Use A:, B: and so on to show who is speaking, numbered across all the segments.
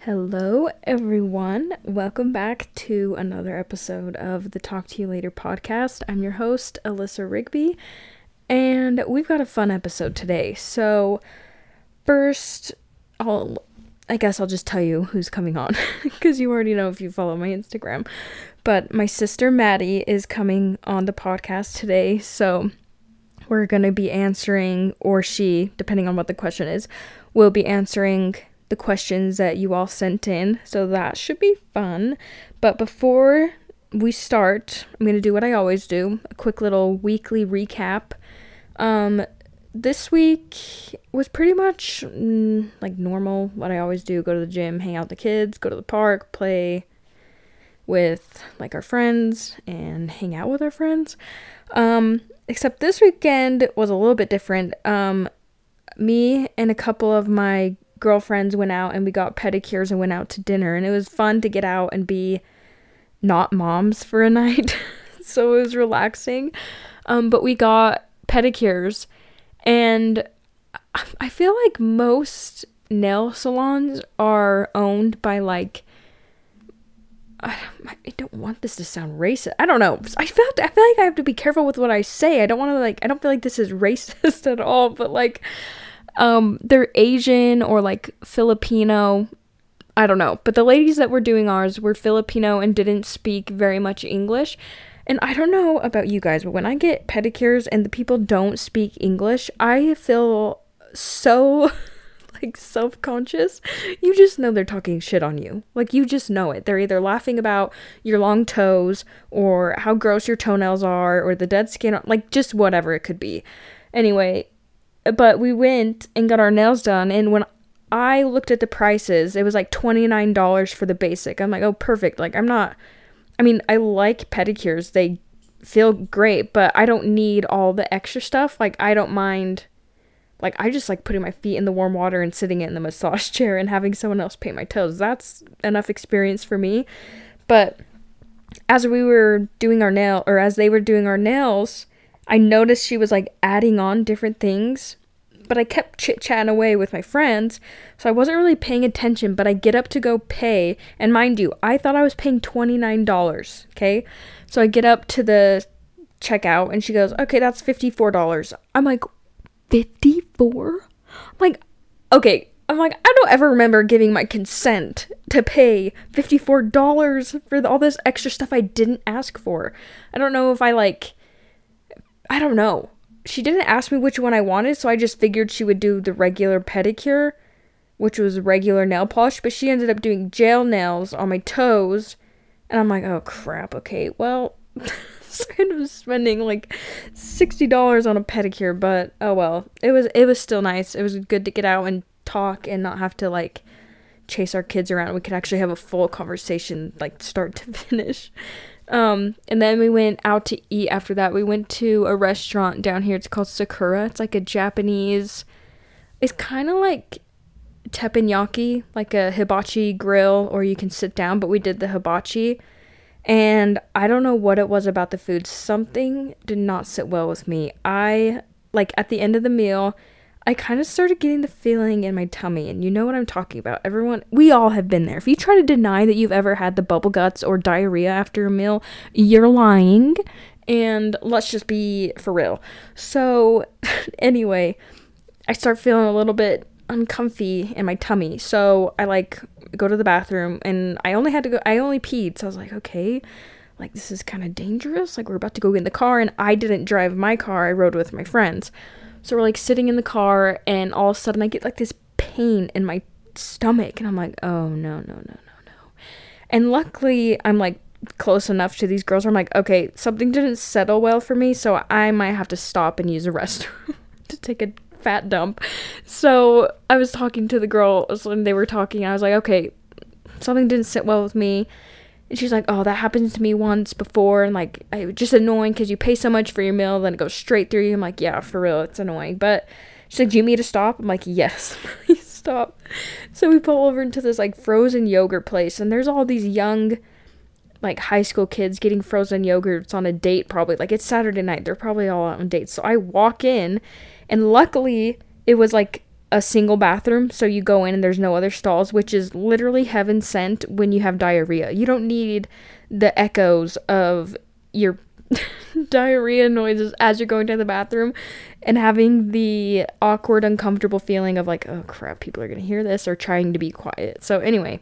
A: Hello, everyone. Welcome back to another episode of the Talk to You Later podcast. I'm your host, Alyssa Rigby, and we've got a fun episode today. So, first, I'll, I guess I'll just tell you who's coming on because you already know if you follow my Instagram. But my sister Maddie is coming on the podcast today. So, we're going to be answering, or she, depending on what the question is, will be answering the questions that you all sent in. So that should be fun. But before we start, I'm going to do what I always do a quick little weekly recap. Um, this week was pretty much mm, like normal, what I always do go to the gym, hang out with the kids, go to the park, play with like our friends, and hang out with our friends. Um, except this weekend was a little bit different. Um, me and a couple of my girlfriends went out and we got pedicures and went out to dinner, and it was fun to get out and be not moms for a night. so it was relaxing. Um, but we got pedicures, and I- I feel like most nail salons are owned by like I don't want this to sound racist. I don't know. I felt I feel like I have to be careful with what I say. I don't want to like I don't feel like this is racist at all, but like um they're Asian or like Filipino. I don't know. But the ladies that were doing ours were Filipino and didn't speak very much English. And I don't know about you guys, but when I get pedicures and the people don't speak English, I feel so like self conscious, you just know they're talking shit on you. Like you just know it. They're either laughing about your long toes or how gross your toenails are or the dead skin, on- like just whatever it could be. Anyway, but we went and got our nails done, and when I looked at the prices, it was like twenty nine dollars for the basic. I'm like, oh, perfect. Like I'm not. I mean, I like pedicures. They feel great, but I don't need all the extra stuff. Like I don't mind like I just like putting my feet in the warm water and sitting in the massage chair and having someone else paint my toes. That's enough experience for me. But as we were doing our nail or as they were doing our nails, I noticed she was like adding on different things. But I kept chit chatting away with my friends, so I wasn't really paying attention. But I get up to go pay, and mind you, I thought I was paying $29. Okay. So I get up to the checkout, and she goes, Okay, that's $54. I'm like, 54 i'm like okay i'm like i don't ever remember giving my consent to pay $54 for the- all this extra stuff i didn't ask for i don't know if i like i don't know she didn't ask me which one i wanted so i just figured she would do the regular pedicure which was regular nail polish but she ended up doing gel nails on my toes and i'm like oh crap okay well so I ended up spending like sixty dollars on a pedicure, but oh well. It was it was still nice. It was good to get out and talk and not have to like chase our kids around. We could actually have a full conversation like start to finish. Um, and then we went out to eat after that. We went to a restaurant down here. It's called Sakura. It's like a Japanese. It's kind of like teppanyaki, like a hibachi grill, or you can sit down. But we did the hibachi and I don't know what it was about the food. Something did not sit well with me. I like at the end of the meal, I kind of started getting the feeling in my tummy, and you know what I'm talking about. Everyone, we all have been there. If you try to deny that you've ever had the bubble guts or diarrhea after a meal, you're lying. And let's just be for real. So, anyway, I start feeling a little bit uncomfy in my tummy. So I like go to the bathroom and I only had to go I only peed. So I was like, okay, like this is kind of dangerous. Like we're about to go get in the car and I didn't drive my car. I rode with my friends. So we're like sitting in the car and all of a sudden I get like this pain in my stomach and I'm like, oh no, no, no, no, no. And luckily, I'm like close enough to these girls. Where I'm like, okay, something didn't settle well for me, so I might have to stop and use a restroom to take a fat dump. So I was talking to the girls when they were talking. I was like, okay, something didn't sit well with me. And she's like, oh, that happens to me once before. And like, I, it's just annoying because you pay so much for your meal, then it goes straight through you. I'm like, yeah, for real, it's annoying. But she's like, do you need to stop? I'm like, yes, please stop. So we pull over into this like frozen yogurt place, and there's all these young, like high school kids getting frozen yogurts on a date, probably. Like it's Saturday night, they're probably all out on dates. So I walk in, and luckily it was like a single bathroom, so you go in and there's no other stalls, which is literally heaven sent when you have diarrhea. You don't need the echoes of your diarrhea noises as you're going to the bathroom and having the awkward, uncomfortable feeling of like, oh crap, people are gonna hear this or trying to be quiet. So, anyway,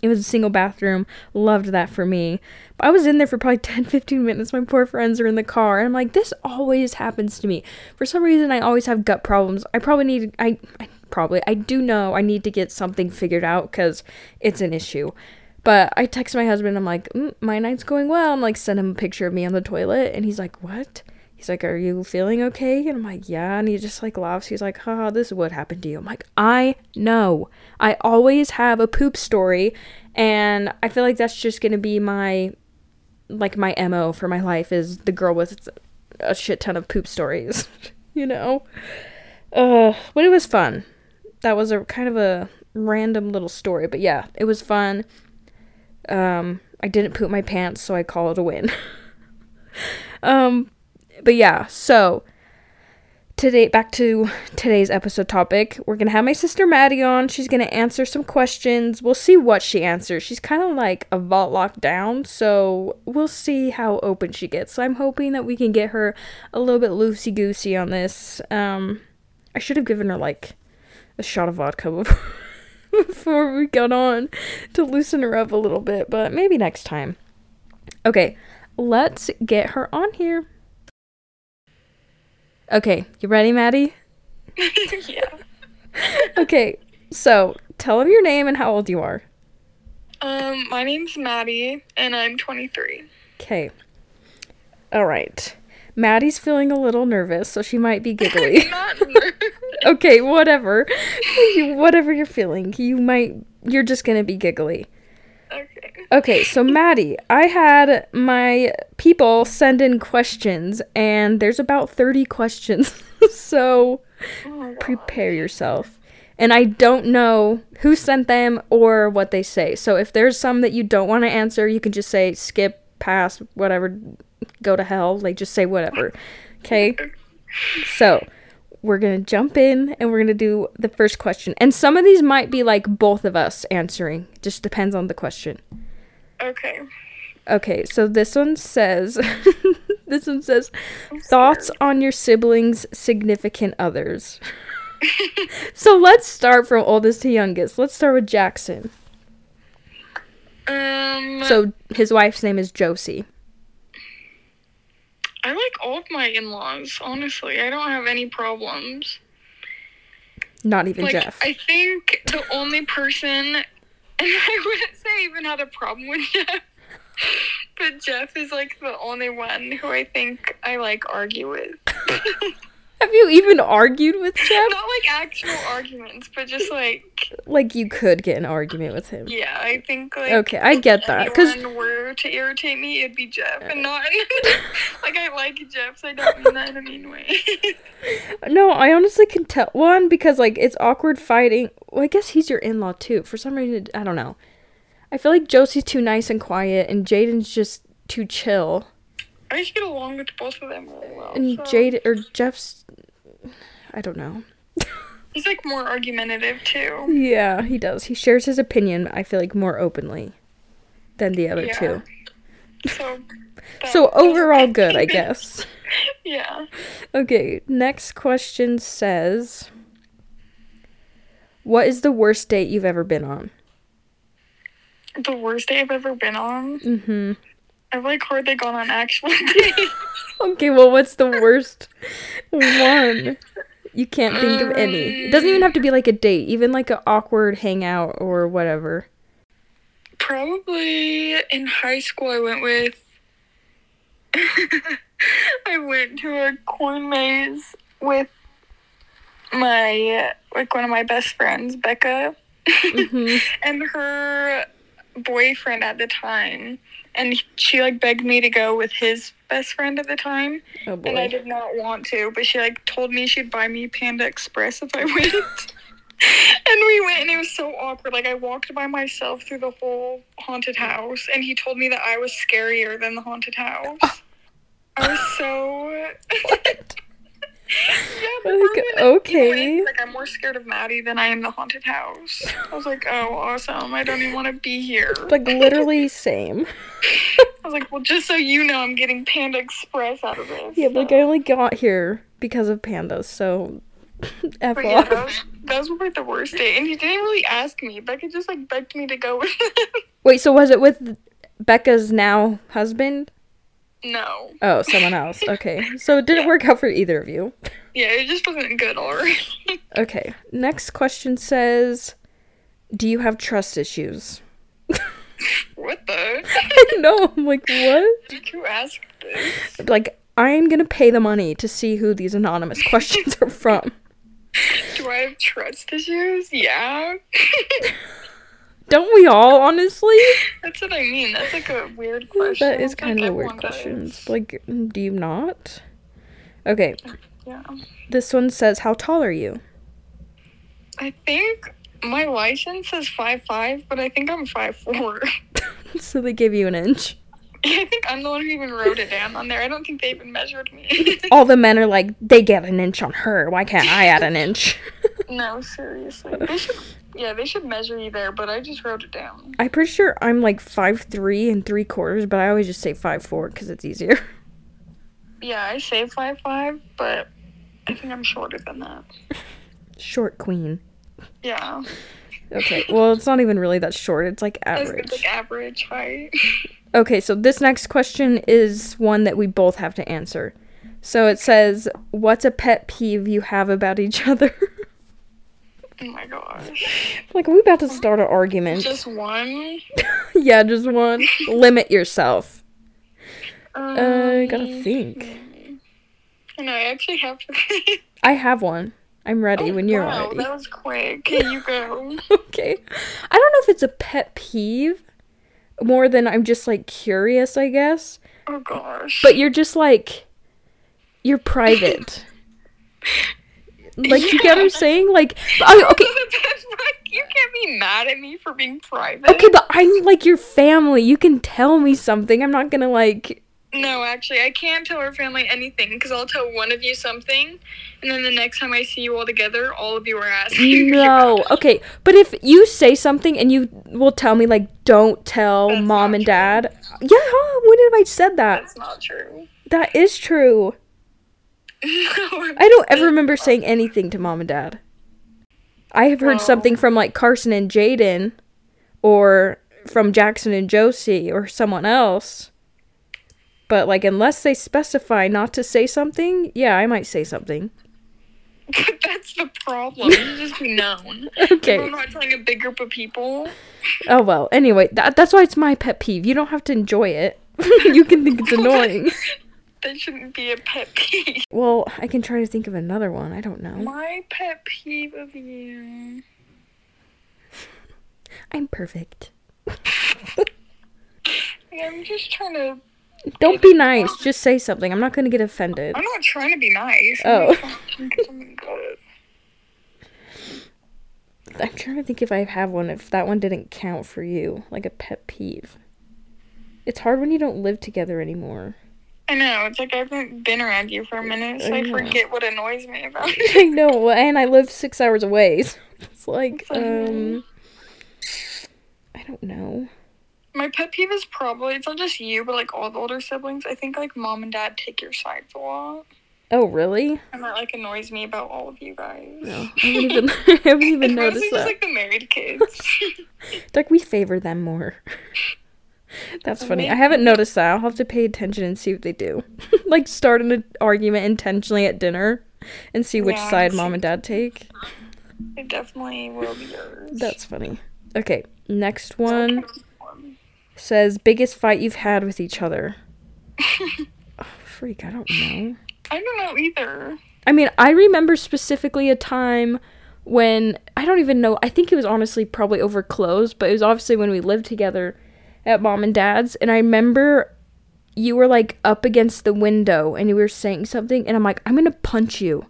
A: it was a single bathroom. Loved that for me. But I was in there for probably 10, 15 minutes. My poor friends are in the car. And I'm like, this always happens to me. For some reason, I always have gut problems. I probably need, I, I probably, I do know I need to get something figured out because it's an issue. But I text my husband. I'm like, mm, my night's going well. I'm like, send him a picture of me on the toilet. And he's like, what? He's like, are you feeling okay? And I'm like, yeah. And he just like laughs. He's like, haha, this is what happened to you. I'm like, I know. I always have a poop story. And I feel like that's just going to be my, like, my MO for my life is the girl with a shit ton of poop stories, you know? Uh, but it was fun. That was a kind of a random little story. But yeah, it was fun. Um, I didn't poop my pants, so I call it a win. um, but yeah, so today back to today's episode topic. We're gonna have my sister Maddie on. She's gonna answer some questions. We'll see what she answers. She's kind of like a vault locked down, so we'll see how open she gets. So I'm hoping that we can get her a little bit loosey goosey on this. Um, I should have given her like a shot of vodka before, before we got on to loosen her up a little bit, but maybe next time. Okay, let's get her on here. Okay, you ready, Maddie?
B: yeah.
A: Okay, so tell them your name and how old you are.
B: Um, my name's Maddie, and I'm 23.
A: Okay. All right. Maddie's feeling a little nervous, so she might be giggly.
B: Not nervous.
A: okay, whatever. You- whatever you're feeling, you might. You're just gonna be giggly.
B: okay.
A: Okay, so Maddie, I had my people send in questions, and there's about 30 questions. so
B: Oh my God.
A: prepare yourself. And I don't know who sent them or what they say. So if there's some that you don't want to answer, you can just say skip, pass, whatever, go to hell. Like just say whatever. Okay? So we're going to jump in and we're going to do the first question. And some of these might be like both of us answering, just depends on the question.
B: Okay.
A: Okay, so this one says this one says thoughts on your siblings' significant others. so let's start from oldest to youngest. Let's start with Jackson.
B: Um,
A: So his wife's name is Josie.
B: I like all of my in-laws, honestly. I don't have any problems.
A: Not even
B: Like,
A: Jeff.
B: I think the only person, and I wouldn't say I even had a problem with Jeff, but Jeff is like the only one who I think I like argue with.
A: Have you even argued with Jeff?
B: Not like actual arguments, but just like,
A: Like you could get in an argument with him.
B: yeah, I think like.
A: Okay, I get that. Cause
B: anyone were to irritate me, it'd be Jeff, and not
A: Eh.
B: like I like Jeff, so I don't mean that in a mean way.
A: no, I honestly can tell one because like it's awkward fighting. Well, I guess he's your in-law too. For some reason, I don't know. I feel like Josie's too nice and quiet, and Jaden's just too chill.
B: I just get along with both of them really well.
A: And
B: so-
A: Jade or Jeff's, I don't know.
B: he's like more argumentative too.
A: Yeah, he does. He shares his opinion. I feel like more openly than the other
B: Yeah.
A: two.
B: So, that-
A: So overall, good, I guess.
B: yeah.
A: Okay, next question says, "What is the worst date you've ever been on?"
B: The worst day I've ever been on.
A: Mm-hmm.
B: I've like hardly gone on actual dates.
A: Okay, well, what's the worst one? You can't think of any. It doesn't even have to be like a date, even like an awkward hangout or whatever.
B: Probably in high school, I went with. I went to a corn maze with my like one of my best friends, Becca,
A: Mhm.
B: and her boyfriend at the time, and she like begged me to go with his best friend at the time,
A: Oh
B: and I
A: boy.
B: did not want to, but she like told me she'd buy me Panda Express if I went. and we went and it was so awkward. Like I walked by myself through the whole haunted house and he told me that I was scarier than the haunted house. I was so Yeah, but
A: Like,
B: Berwin and
A: okay.
B: Elaine, Like I'm more scared of Maddie than I am the haunted house. I was like, oh, awesome. I don't even want to be here.
A: Like literally same.
B: I was like, well, just so you know, I'm getting Panda Express out of this.
A: Yeah, but like I only got here because of pandas, so F
B: But yeah,
A: off.
B: that was, that was probably the worst day. And he didn't really ask me. Becca just like begged me to go with him.
A: Wait, so was it with Becca's now husband?
B: No.
A: Oh, someone else. Okay. So it didn't work out for either of you.
B: Yeah, it just wasn't good already.
A: Okay. Next question says Do you have trust issues?
B: what the?
A: no, I'm like, what?
B: Did you ask this?
A: Like, I'm gonna pay the money to see who these anonymous questions are from.
B: Do I have trust issues? Yeah.
A: Don't we all, honestly?
B: That's what I mean. That's like a weird question.
A: That is
B: Like,
A: kind of a weird
B: everyone does.
A: question. Like, mm, do you not? Okay.
B: Yeah.
A: This one says, How tall are you?
B: I think my license says five five, but I think I'm five four.
A: so they give you an inch.
B: I think I'm the one who even wrote it down on there. I don't think they even measured me.
A: All the men are like, They get an inch on her. Why can't I add an inch?
B: no, seriously. They should, yeah, they should measure you there, but I just wrote it down.
A: I'm pretty sure I'm like five three and three quarters, but I always just say five four because it's easier.
B: Yeah, I say five five, but I think I'm shorter than that.
A: Short queen.
B: Yeah,
A: Okay, well, it's not even really that short. It's like
B: that's good,
A: average.
B: like average height.
A: Okay, so this next question is one that we both have to answer. So it says, What's a pet peeve you have about each other?
B: oh my gosh,
A: like, are we about to start an argument?
B: just one.
A: yeah, just one. Limit yourself.
B: Um,
A: Uh, gotta think.
B: No, I actually have to.
A: I have one. I'm ready when you're
B: Oh, wow,
A: ready.
B: that was quick. Here you go.
A: okay. I don't know if it's a pet peeve more than I'm just like curious, I guess.
B: Oh gosh.
A: But you're just like you're private. like you get what I'm
B: Yeah.
A: saying? Like I, okay,
B: you can't be mad at me for being private.
A: okay, but I'm like your family. You can tell me something. I'm not gonna like
B: No, actually, I can't tell our family anything because I'll tell one of you something, and then the next time I see you all together, all of you are asking. me
A: no.
B: about it.
A: Okay, but if you say something and you will tell me like don't tell
B: That's
A: mom
B: not
A: and
B: true.
A: dad. Yeah, huh? when have I said that?
B: That's not true.
A: That is true.
B: No,
A: I don't ever remember saying anything to mom and dad. I have heard
B: Oh.
A: something from like Carson and Jaden or from Jackson and Josie or someone else. But like unless they specify not to say something, yeah, I might say something.
B: but that's the problem. You just be known. If I'm
A: Okay.
B: not telling a big group of people.
A: Oh well. Anyway, that, that's why it's my pet peeve. You don't have to enjoy it. you can think it's annoying.
B: That shouldn't be a pet peeve.
A: Well, I can try to think of another one. I don't know.
B: My pet peeve of you.
A: I'm perfect.
B: I'm just trying to.
A: Don't be nice. Just say something. I'm not going to get offended.
B: I'm not trying to be nice.
A: Oh.
B: I'm just trying to think of something good.
A: I'm trying to think if I have one, if that one didn't count for you, like a pet peeve. It's hard when you don't live together anymore.
B: I know. It's like I haven't been around you for a minute, so
A: I
B: I
A: know.
B: forget what annoys me about you.
A: I know, and I live six hours away. So it's like, um, I don't know.
B: My pet peeve is probably it's not just you, but like all the older siblings. I think like mom and dad take your sides a lot,
A: Oh, really?
B: and that like annoys me about all of you guys.
A: No, I haven't even, I haven't
B: It's
A: even
B: mostly
A: noticed
B: just
A: that.
B: like the married kids.
A: It's like we favor them more. That's funny. I
B: Maybe-
A: haven't noticed that. I'll have to pay attention and see what they do. like start an argument intentionally at dinner and see which
B: Yeah,
A: side
B: see-
A: mom and dad take.
B: it definitely will be yours.
A: That's funny. Okay, next
B: It's all
A: one.
B: kind of fun.
A: says biggest fight you've had with each other. Oh, freak, I don't know.
B: I don't know either.
A: I mean, I remember specifically a time when I don't even know. I think it was honestly probably over clothes, but it was obviously when we lived together at mom and dad's and I remember you were like up against the window and you were saying something and I'm like, "I'm going to punch you."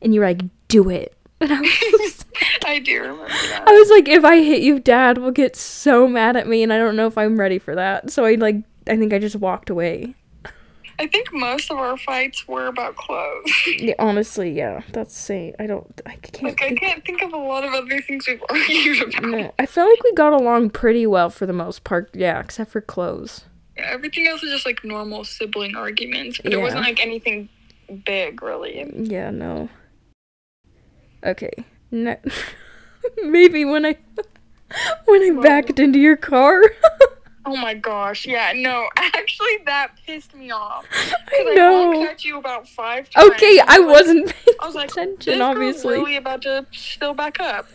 A: And you're like, "Do it." And I was
B: I do remember that.
A: I was like, if I hit you, Dad will get so mad at me, and I don't know if I'm ready for that. So I like, I think I just walked away.
B: I think most of our fights were about clothes.
A: Yeah, honestly, yeah. That's say I don't I can't
B: like I
A: think-
B: can't think of a lot of other things we've argued about.
A: no. I feel like we got along pretty well for the most part. Yeah, except for clothes.
B: Yeah, everything else is just like normal sibling arguments, but it
A: Yeah.
B: wasn't like anything big really.
A: Yeah, no. Okay. Ne- Maybe when I when I backed into your car.
B: Oh my gosh, yeah, no, actually that pissed me off.
A: I
B: Like, I
A: know.
B: looked at you about five times.
A: Okay, I wasn't paying
B: I was like, this
A: attention,
B: girl's
A: obviously.
B: really about to still back up.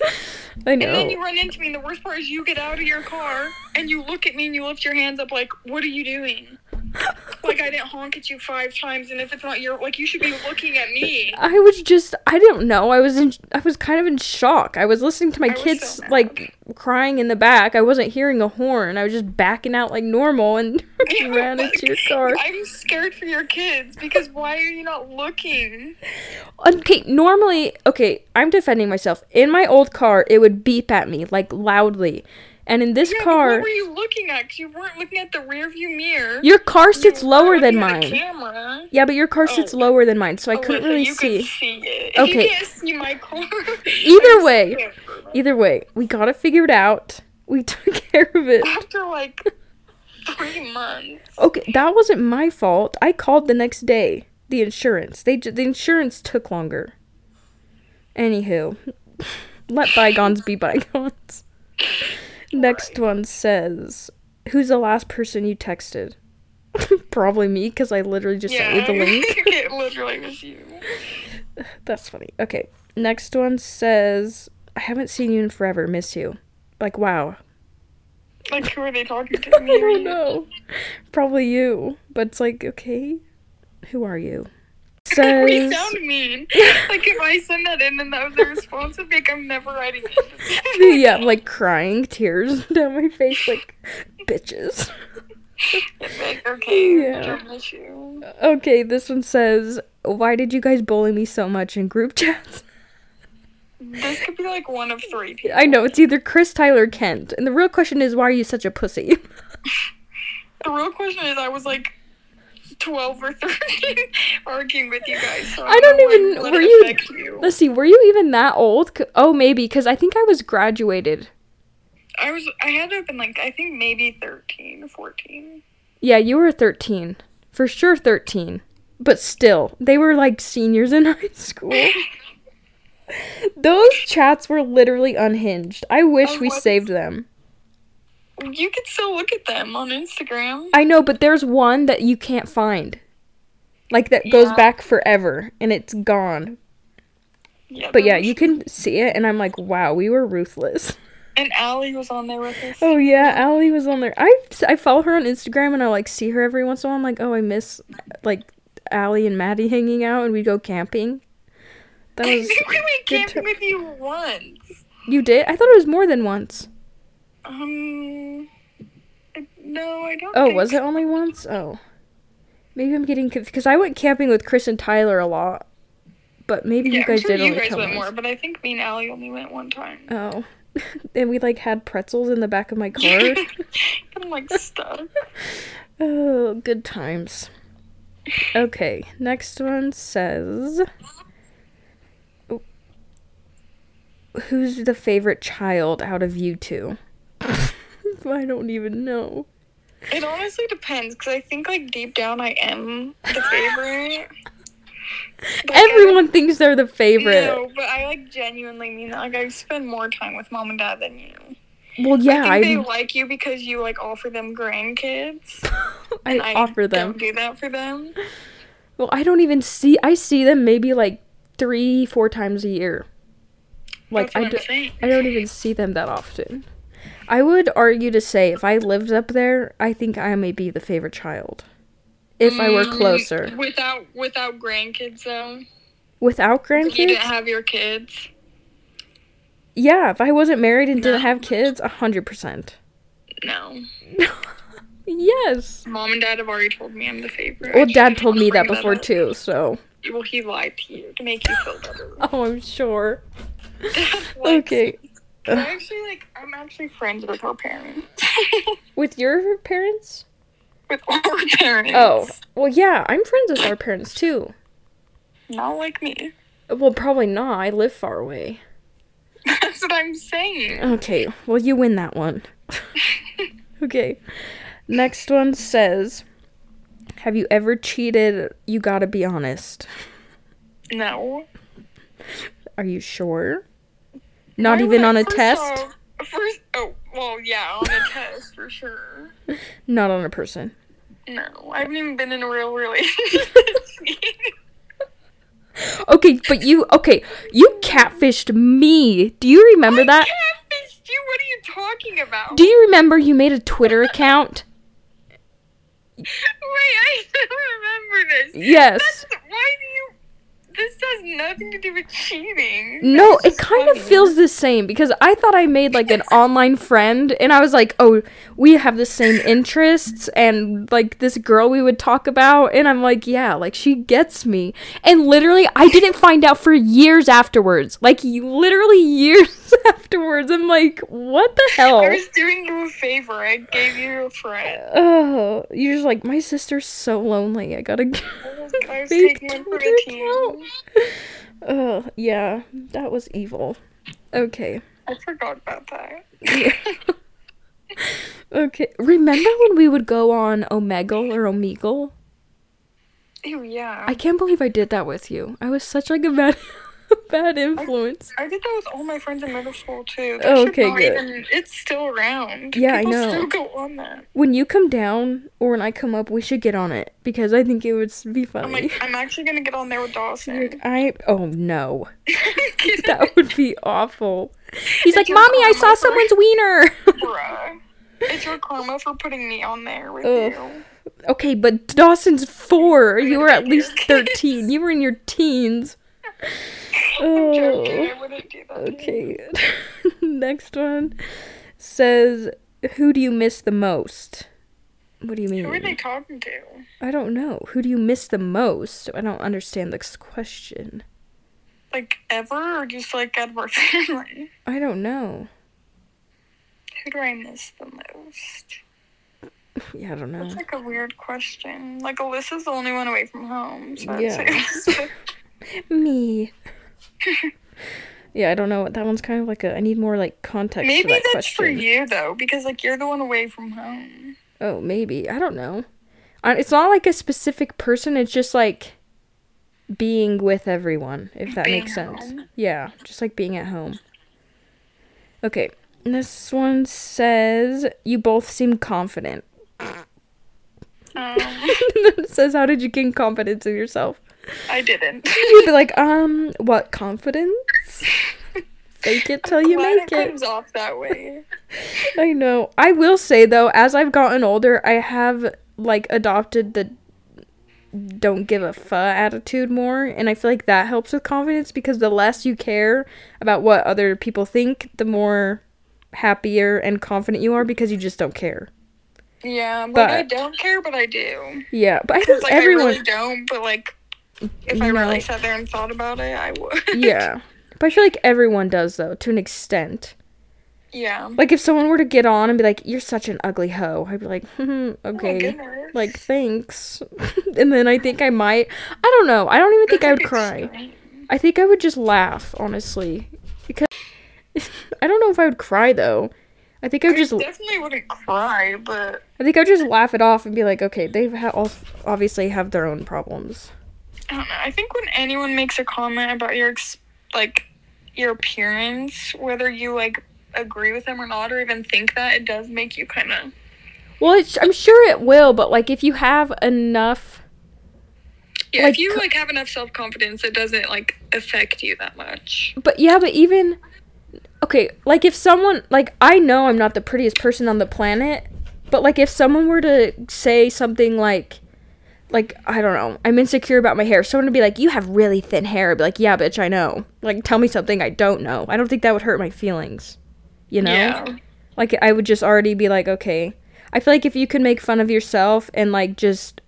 A: I
B: And then you
A: know.
B: run into me, and the worst part is you get out of your car and you look at me and you lift your hands up like, "What are you doing?" Like I didn't honk at you five times, and if it's not your, like you should be looking at me.
A: I was just I don't know. I was in I was kind of in shock. I was listening to my
B: I was so
A: kids
B: mad.
A: like crying in the back. I wasn't hearing a horn. I was just backing out like normal and ran
B: Like,
A: into your car.
B: I'm scared for your kids because why are you not looking?
A: Okay, normally, okay, I'm defending myself. In my old car, it would beep at me like loudly. And in this
B: Yeah, but
A: car,
B: What were you looking at? 'Cause you weren't looking at the rearview mirror.
A: your car sits
B: You were
A: lower than
B: looking at the
A: mine.
B: camera.
A: Yeah, but your car sits
B: Oh.
A: lower than mine, so I
B: Oh,
A: couldn't
B: listen,
A: really
B: you could
A: see.
B: see it.
A: Okay.
B: You can't see my car.
A: Either way,
B: Yeah.
A: Either way, we got it figured out. We took care of it.
B: After like three months.
A: Okay, that wasn't my fault. I called the next day. The insurance. They ju- the insurance took longer. Anywho, let bygones be bygones. next one says, "Who's the last person you texted?" Probably me, because I literally just sent you the link.
B: it literally was you.
A: That's funny. Okay, next one says, "I haven't seen you in forever. Miss you." Like wow,
B: Like, who are they talking to?
A: I
B: Me or
A: don't
B: you?
A: know. Probably you, but it's like okay, who are you?
B: we
A: Says.
B: sound mean. Like, if I send that in and that was the response, I'd be like, I'm never writing it.
A: yeah, I'm, like crying tears down my face, like bitches.
B: like, okay,
A: Yeah.
B: I don't miss you.
A: Okay, this one says, "Why did you guys bully me so much in group chats?"
B: This could be like one of three people.
A: I know it's either Chris, Tyler, or Kent, and the real question is, why are you such a pussy?
B: The real question is, I was like 12 or 13 arguing with you guys. So
A: I don't
B: know when-
A: even-
B: let
A: were
B: it
A: you-
B: affect you.
A: Let's see, were you even that old? C- Oh, maybe because I think I was graduated.
B: I was. I had to have been like, I think maybe 13 or 14.
A: Yeah, you were thirteen, for sure thirteen. But still, they were like seniors in high school. Those chats were literally unhinged. I wish
B: I
A: we
B: was-
A: saved them.
B: You could still look at them on Instagram.
A: I know, but there's one that you can't find. Like that goes
B: Yeah.
A: back forever and it's gone.
B: Yeah,
A: But
B: there
A: yeah,
B: was-
A: you can see it and I'm like, wow, we were ruthless.
B: And Allie was on there with us.
A: Oh yeah, Allie was on there. I I follow her on Instagram and I like see her every once in a while. I'm like, oh, I miss like Allie and Maddie hanging out and we go camping. That
B: I
A: was
B: think we went
A: good
B: camping
A: ter-
B: with you once.
A: you did. I thought it was more than once.
B: Um, I- no, I don't.
A: Oh,
B: think
A: was
B: so.
A: it only once? Oh, maybe I'm getting confused because I went camping with Chris and Tyler a lot, but maybe
B: Yeah,
A: you guys
B: I'm sure
A: did
B: you
A: only
B: guys
A: come
B: went
A: once.
B: more, but I think me and Allie only went one time.
A: Oh. and we like had pretzels in the back of my car.
B: I'm like stuck.
A: oh, good times. Okay, next one says Who's the favorite child out of you two? I don't even know.
B: It honestly depends because I think like deep down I am the favorite. Like, I
A: Everyone thinks they're the
B: don't-
A: favorite.
B: No, but I like genuinely mean that. Like I spend more time with mom and dad than you.
A: Well, yeah, I,
B: I think they like you because you like offer them grandkids.
A: I,
B: and I
A: offer them.
B: Don't do that for them.
A: Well, I don't even see. I see them maybe like three, four times a year. Like
B: That's
A: I
B: what
A: do,
B: I'm saying.
A: I don't even see them that often. I would argue to say if I lived up there, I think I may be the favorite child. If I were
B: Mm,
A: closer.
B: Without without grandkids though.
A: Without
B: If You didn't
A: grandkids?
B: have your kids.
A: Yeah, if I wasn't married and didn't
B: No.
A: have kids, 100%.
B: No.
A: yes.
B: Mom and dad have already told me I'm the favorite. I
A: Well,
B: just
A: dad
B: didn't
A: told
B: wanna
A: me that
B: bring
A: before
B: up.
A: too, so.
B: Well, he lied to you to make you feel better.
A: Oh, I'm sure.
B: Like,
A: Okay.
B: I actually like I'm actually friends with her parents.
A: With your parents?
B: with our parents.
A: Oh, well, yeah, I'm friends with our parents too.
B: Not like me.
A: Well, probably not. I live far away.
B: That's what I'm saying.
A: Okay, well, you win that one. okay. Next one says Have you ever cheated? You gotta be honest.
B: No.
A: Are you sure? Not
B: Why would
A: even
B: I-
A: on a
B: first
A: test?
B: off- first, oh, well, yeah, on a test for sure.
A: Not on a person.
B: No, I haven't even been in a real relationship.
A: Okay, but you, okay, you catfished me. Do you remember
B: I
A: that?
B: catfished you. What are you talking about?
A: Do you remember you made a Twitter account?
B: Wait, I don't remember this.
A: Yes.
B: That's, why do you? This has nothing to do with cheating.
A: No,
B: That's
A: it
B: just
A: kind of
B: funny.
A: feels the same because I thought I made like an online friend and I was like, "Oh, we have the same interests and like this girl we would talk about." And I'm like, "Yeah, like she gets me." And literally, I didn't find out for years afterwards. Like y- literally years afterwards. I'm like, "What the
B: I
A: hell?"
B: was doing you a favor. I gave you a friend.
A: Oh, you're just like, "My sister's so lonely. I got to
B: I was
A: Fake
B: taking one for
A: Twitter
B: the team.
A: Ugh, yeah, that was evil. Okay.
B: I forgot about that.
A: Okay. Remember when we would go on Omegle or Omegle?
B: Ew, yeah.
A: I can't believe I did that with you. I was such like a bad bad influence.
B: I did that with all my friends in middle school too.
A: Oh,
B: should
A: okay,
B: not
A: good.
B: Even, it's still around.
A: Yeah, I
B: People
A: know.
B: Still go on that.
A: When you come down or when I come up, we should get on it because I think it would s- be
B: I'm
A: funny.
B: like, I'm actually gonna get on there with
A: You're
B: Dawson.
A: like, I oh no.
B: Kidding,
A: That would be awful. He's like,
B: your
A: "Mommy, I
B: karma
A: saw
B: for-
A: someone's wiener."
B: bruh. It's your karma for putting me on there with
A: Ugh.
B: you.
A: okay, but Dawson's 4. You were at least
B: Yes.
A: 13. You were in your teens.
B: I'm
A: Oh.
B: joking. I wouldn't do that. to you.
A: Okay. Next one says, "Who do you miss the most?" What do you
B: Who are they
A: mean?
B: talking to?
A: I don't know. Who do you miss the most? I don't understand this question.
B: Like ever, or just like out of our family?
A: I don't know.
B: Who do I miss the most?
A: Yeah, I don't know.
B: That's like a weird question. Like Alyssa's the only one away from home, so
A: Yeah.
B: it's like,
A: Me. yeah, I don't know. That one's kind of like a. I need more like context.
B: maybe
A: to that
B: that's for
A: question.
B: you though, because like you're the one away from home.
A: Oh, maybe. I don't know. I- It's not like a specific person. It's just like being with everyone, if that
B: Being
A: makes sense.
B: home.
A: Yeah, just like being at home. Okay, and this one says, You both seem confident.
B: Um,
A: and then it says, How did you gain confidence in yourself?
B: I didn't.
A: You'd be like, Um, what confidence? Fake it till you
B: Glad
A: make
B: it
A: it.
B: comes off that way.
A: I know. I will say though, as I've gotten older, I have like adopted the don't give a fuh attitude more, and I feel like that helps with confidence because the less you care about what other people think, the more happier and confident you are because you just don't care.
B: Yeah, like
A: But-
B: I don't care, but I do.
A: Yeah, but I think
B: Because like
A: everyone.
B: I really don't, but like if I
A: No.
B: really sat there and thought about it, I would.
A: yeah, but I feel like everyone does though to an extent.
B: yeah. Oh,
A: Like if someone were to get on and be like, "You're such an ugly hoe," I'd be like, "Hmm,
B: Oh my
A: okay."
B: goodness.
A: like thanks and then i think i might i don't know i don't even think i would
B: That's,
A: cry
B: extreme.
A: i think i would just laugh honestly because i don't know if i would cry though i think i would just
B: I definitely wouldn't cry, but
A: i think i would just laugh it off and be like okay they ha- all obviously have their own problems
B: I don't know. I think when anyone makes a comment about your ex- like your appearance, whether you like agree with them or not, or even think that, it does make you kind of.
A: well it's, i'm sure it will but like if you have enough
B: Yeah,
A: Like,
B: if you
A: co-
B: like have enough self confidence, it doesn't like affect you that much.
A: But yeah, but even okay, like if someone like I know I'm not the prettiest person on the planet, but like if someone were to say something like like I don't know, I'm insecure about my hair. Someone would be like, "You have really thin hair." I'd be like, "Yeah, bitch, I know." Like tell me something I don't know. I don't think that would hurt my feelings. You know?
B: Yeah.
A: Like I would just already be like, "Okay." I feel like if you can make fun of yourself and like just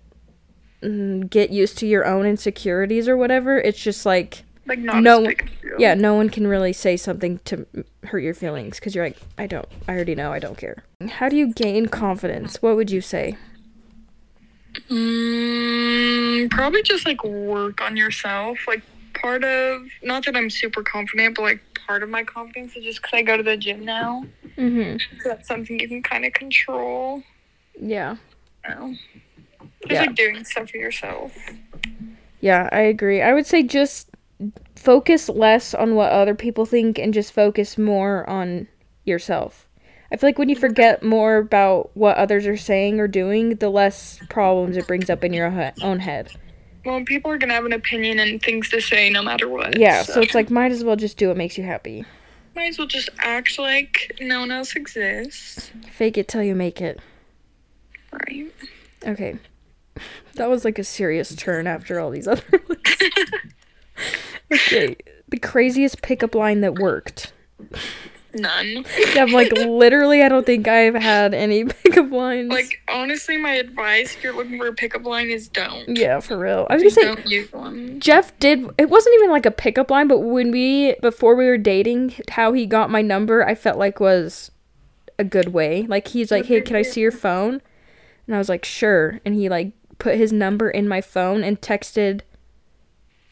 A: mm, get used to your own insecurities or whatever, it's just like
B: Like not
A: No-
B: as big a deal.
A: yeah, no one can really say something to m- hurt your feelings because you're like, I don't, I already know, I don't care. How do you gain confidence? What would you say?
B: Mm, probably just like work on yourself. Like part of not that I'm super confident, but like part of my confidence is just because I go to the gym now.
A: Mm-hmm.
B: So that's something you can kind of control.
A: Yeah.
B: You know? Just
A: Yeah.
B: like doing stuff for yourself.
A: Yeah, I agree. I would say just focus less on what other people think and just focus more on yourself. I feel like when you forget more about what others are saying or doing, the less problems it brings up in your he- own head.
B: Well, people are gonna have an opinion and things to say no matter what.
A: Yeah, so it's like might as well just do what makes you happy.
B: might as well just act like no one else exists.
A: Fake it till you make it.
B: Right.
A: Okay. That was like a serious turn after all these other ones. okay. The craziest pickup line that worked.
B: None.
A: Yeah, I'm like literally I don't think I've had any pickup lines.
B: Like honestly, my advice if you're looking for a pickup line is don't.
A: Yeah, for real. I was gonna say
B: don't use one.
A: Jeff did it wasn't even like a pickup line, but when we before we were dating, how he got my number I felt like was a good way. Like he's like, Hey, can I see your phone? And I was like, Sure and he like put his number in my phone and texted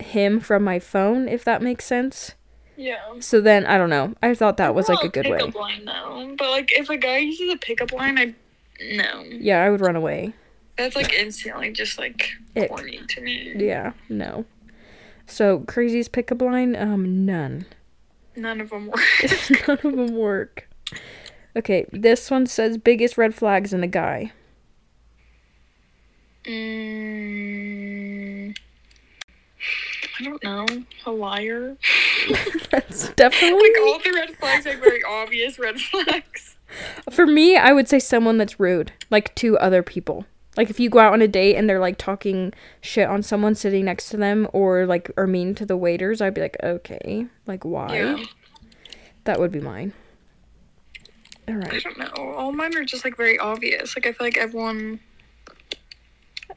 A: him from my phone, if that makes sense.
B: Yeah.
A: So then I don't know. I thought that was like a good way.
B: pickup line though. But like if a guy uses a pickup line, I no.
A: Yeah, I would run away.
B: That's like instantly just like
A: Ick.
B: corny to me.
A: Yeah, no. So craziest pickup line? Um, none.
B: None of them work.
A: None of them work. Okay, this one says biggest red flags in a guy.
B: mm, I don't know. A liar.
A: That's definitely
B: Like all the red flags are very obvious red flags.
A: for me. I would say someone that's rude, like to other people. Like if you go out on a date and they're like talking shit on someone sitting next to them, or like are mean to the waiters, I'd be like, okay, like why?
B: Yeah.
A: That would be mine. All
B: I
A: right.
B: don't know. All mine are just like very obvious. Like I feel like everyone.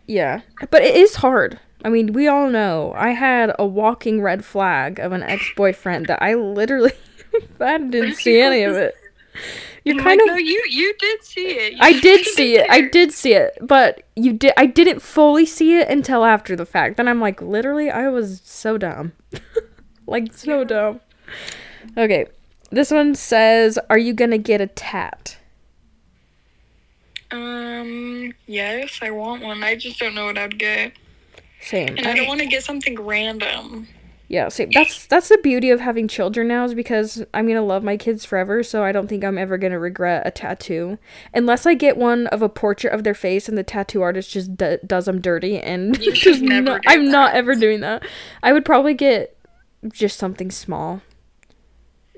A: Yeah. But it is hard. I mean, we all know. I had a walking red flag of an ex boyfriend that I literally I didn't see any of it. You're
B: I'm
A: kind
B: like,
A: of
B: No, you you did see it. You
A: I did
B: didn't
A: see it. I
B: care.
A: did see it. But you did I didn't fully see it until after the fact. Then I'm like, literally I was so dumb. like so dumb. Okay. This one says, "Are you going to get a tat?"
B: Um. Yes, I want one. I just don't know what I'd get,
A: Same.
B: and I don't want to get something random.
A: Yeah, see, that's that's the beauty of having children now is because I'm gonna love my kids forever, so I don't think I'm ever gonna regret a tattoo, unless I get one of a portrait of their face and the tattoo artist just d- does them dirty and
B: You should
A: just
B: never
A: not-
B: do
A: I'm
B: that.
A: not ever doing that. I would probably get just something small.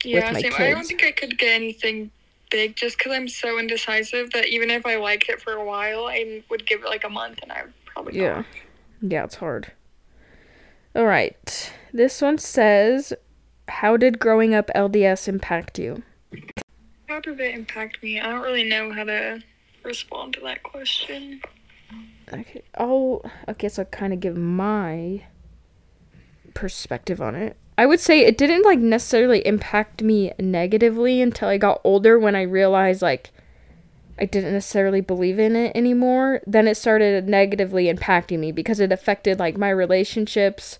B: Yeah,
A: my
B: same. I don't
A: kids.
B: think I could get anything big just because I'm so indecisive that even if I liked it for a while, I would give it like a month, and I would probably not.
A: Yeah, yeah, it's hard. All right, this one says, "How did growing up LDS impact you?"
B: How did it impact me? I don't really know how to respond to that question.
A: Okay. Oh, I guess I'll kind of give my perspective on it. I would say it didn't like necessarily impact me negatively until I got older when I realized like I didn't necessarily believe in it anymore. Then it started negatively impacting me because it affected like my relationships,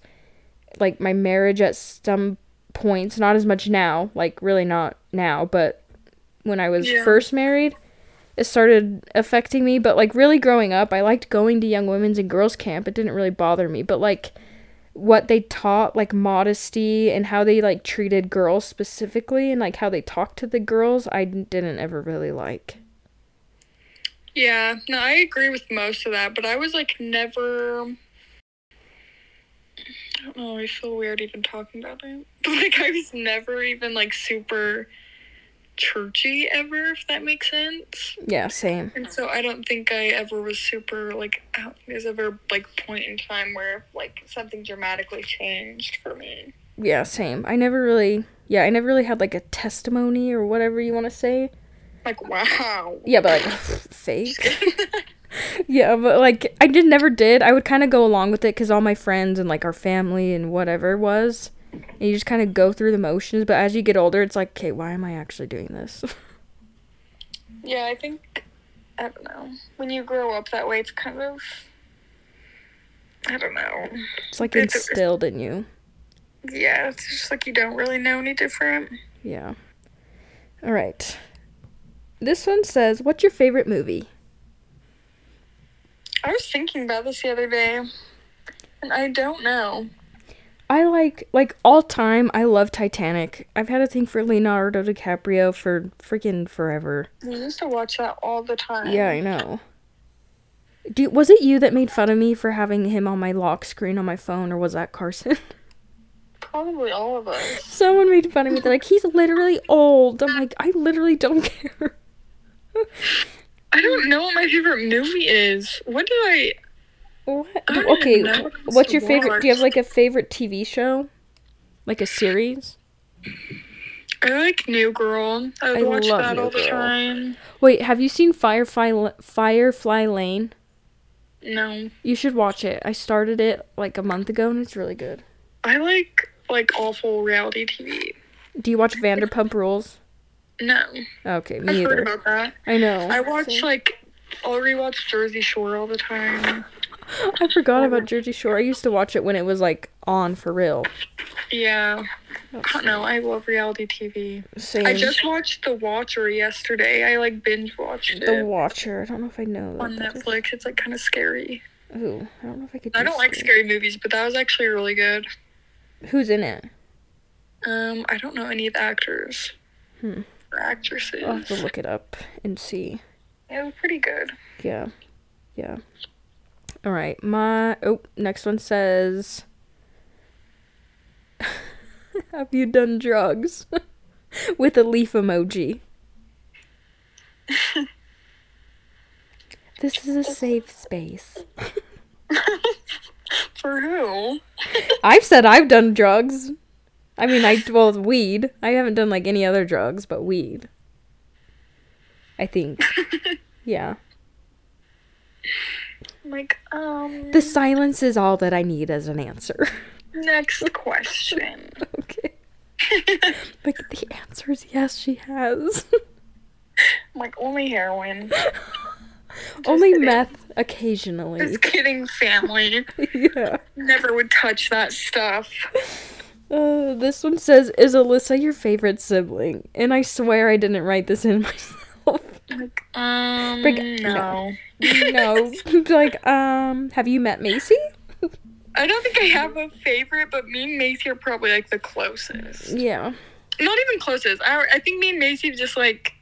A: like my marriage at some points, not as much now, like really not now, but when I was
B: Yeah.
A: first married, it started affecting me, but like really growing up, I liked going to young women's and girls camp. It didn't really bother me, but like what they taught, like modesty and how they like treated girls specifically and like how they talked to the girls, I didn't ever really like.
B: Yeah, no, I agree with most of that, but I was like never. I don't know. I feel weird even talking about it. But like, I was never even like super churchy ever, if that makes sense.
A: Yeah, same.
B: And so I don't think I ever was super like. I don't think there's ever like point in time where like something dramatically changed for me.
A: Yeah, same. I never really, yeah, I never really had like a testimony or whatever you want to say.
B: Like wow.
A: Yeah, but like fake. Yeah, but like I did never did. I would kind of go along with it because all my friends and like our family and whatever was, and you just kind of go through the motions. But as you get older, it's like, okay, why am I actually doing this?
B: yeah, I think I don't know. When you grow up that way, it's kind of I don't know.
A: It's like
B: It's-
A: instilled in you.
B: Yeah, it's just like you don't really know any different.
A: Yeah. All right. This one says, "What's your favorite movie?"
B: I was thinking about this the other day, and I don't know.
A: I like like all time. I love Titanic. I've had a thing for Leonardo DiCaprio for freaking forever.
B: We used to watch that all the time.
A: Yeah, I know. Do was it you that made fun of me for having him on my lock screen on my phone, or was that Carson?
B: Probably all of us.
A: Someone made fun of me. They're like, he's literally old. I'm like, I literally don't care.
B: I don't know what my favorite movie is. What did I.
A: What?
B: I don't
A: Okay,
B: know what
A: what's
B: to
A: your favorite? Do you have
B: watch.
A: like a favorite TV show, like a series?
B: I like New Girl. I,
A: I
B: would watch
A: love
B: that
A: New
B: all the
A: Girl.
B: time.
A: Wait, have you seen Firefly L- Firefly Lane?
B: No.
A: You should watch it. I started it like a month ago, and it's really good.
B: I like, like, awful reality TV.
A: Do you watch Vanderpump Rules?
B: No.
A: Okay,
B: I've
A: me
B: heard
A: either.
B: about that.
A: I know.
B: I watch,
A: Same.
B: like, I'll rewatch Jersey Shore all the time.
A: I forgot
B: Oh.
A: about Jersey Shore. I used to watch it when it was like on for real.
B: Yeah. I don't know. I love reality TV.
A: Same.
B: I just watched The Watcher yesterday. I, like, binge watched it.
A: The Watcher. I don't know if I know
B: on
A: that.
B: Netflix. It's like kind of scary.
A: Ooh, I don't know if I could.
B: I
A: do
B: don't like
A: scary-
B: scary movies, but that was actually really good.
A: Who's in it?
B: Um, I don't know any of the actors
A: Hmm.
B: or actresses.
A: I'll have to look it up and see.
B: It was pretty good.
A: Yeah. Yeah. All right. My oh, next one says Have you done drugs? With a leaf emoji. this is a safe space.
B: For who?
A: I've said I've done drugs. I mean, I well, weed. I haven't done like any other drugs, but weed. I think. Yeah.
B: I'm like, um,
A: The silence is all that I need as an answer.
B: next question.
A: Okay. Like the answer is yes, she has.
B: I'm like, only heroin.
A: Only
B: kidding.
A: meth occasionally.
B: Just kidding, family.
A: yeah.
B: Never would touch that stuff.
A: Uh, this one says, "Is Alyssa your favorite sibling?" And I swear I didn't write this in myself.
B: Like, um,
A: Break-
B: no.
A: no. like, um, have you met Macy?
B: I don't think I have a favorite, but me and Macy are probably like the closest.
A: Yeah.
B: not even closest. I I think me and Macy just like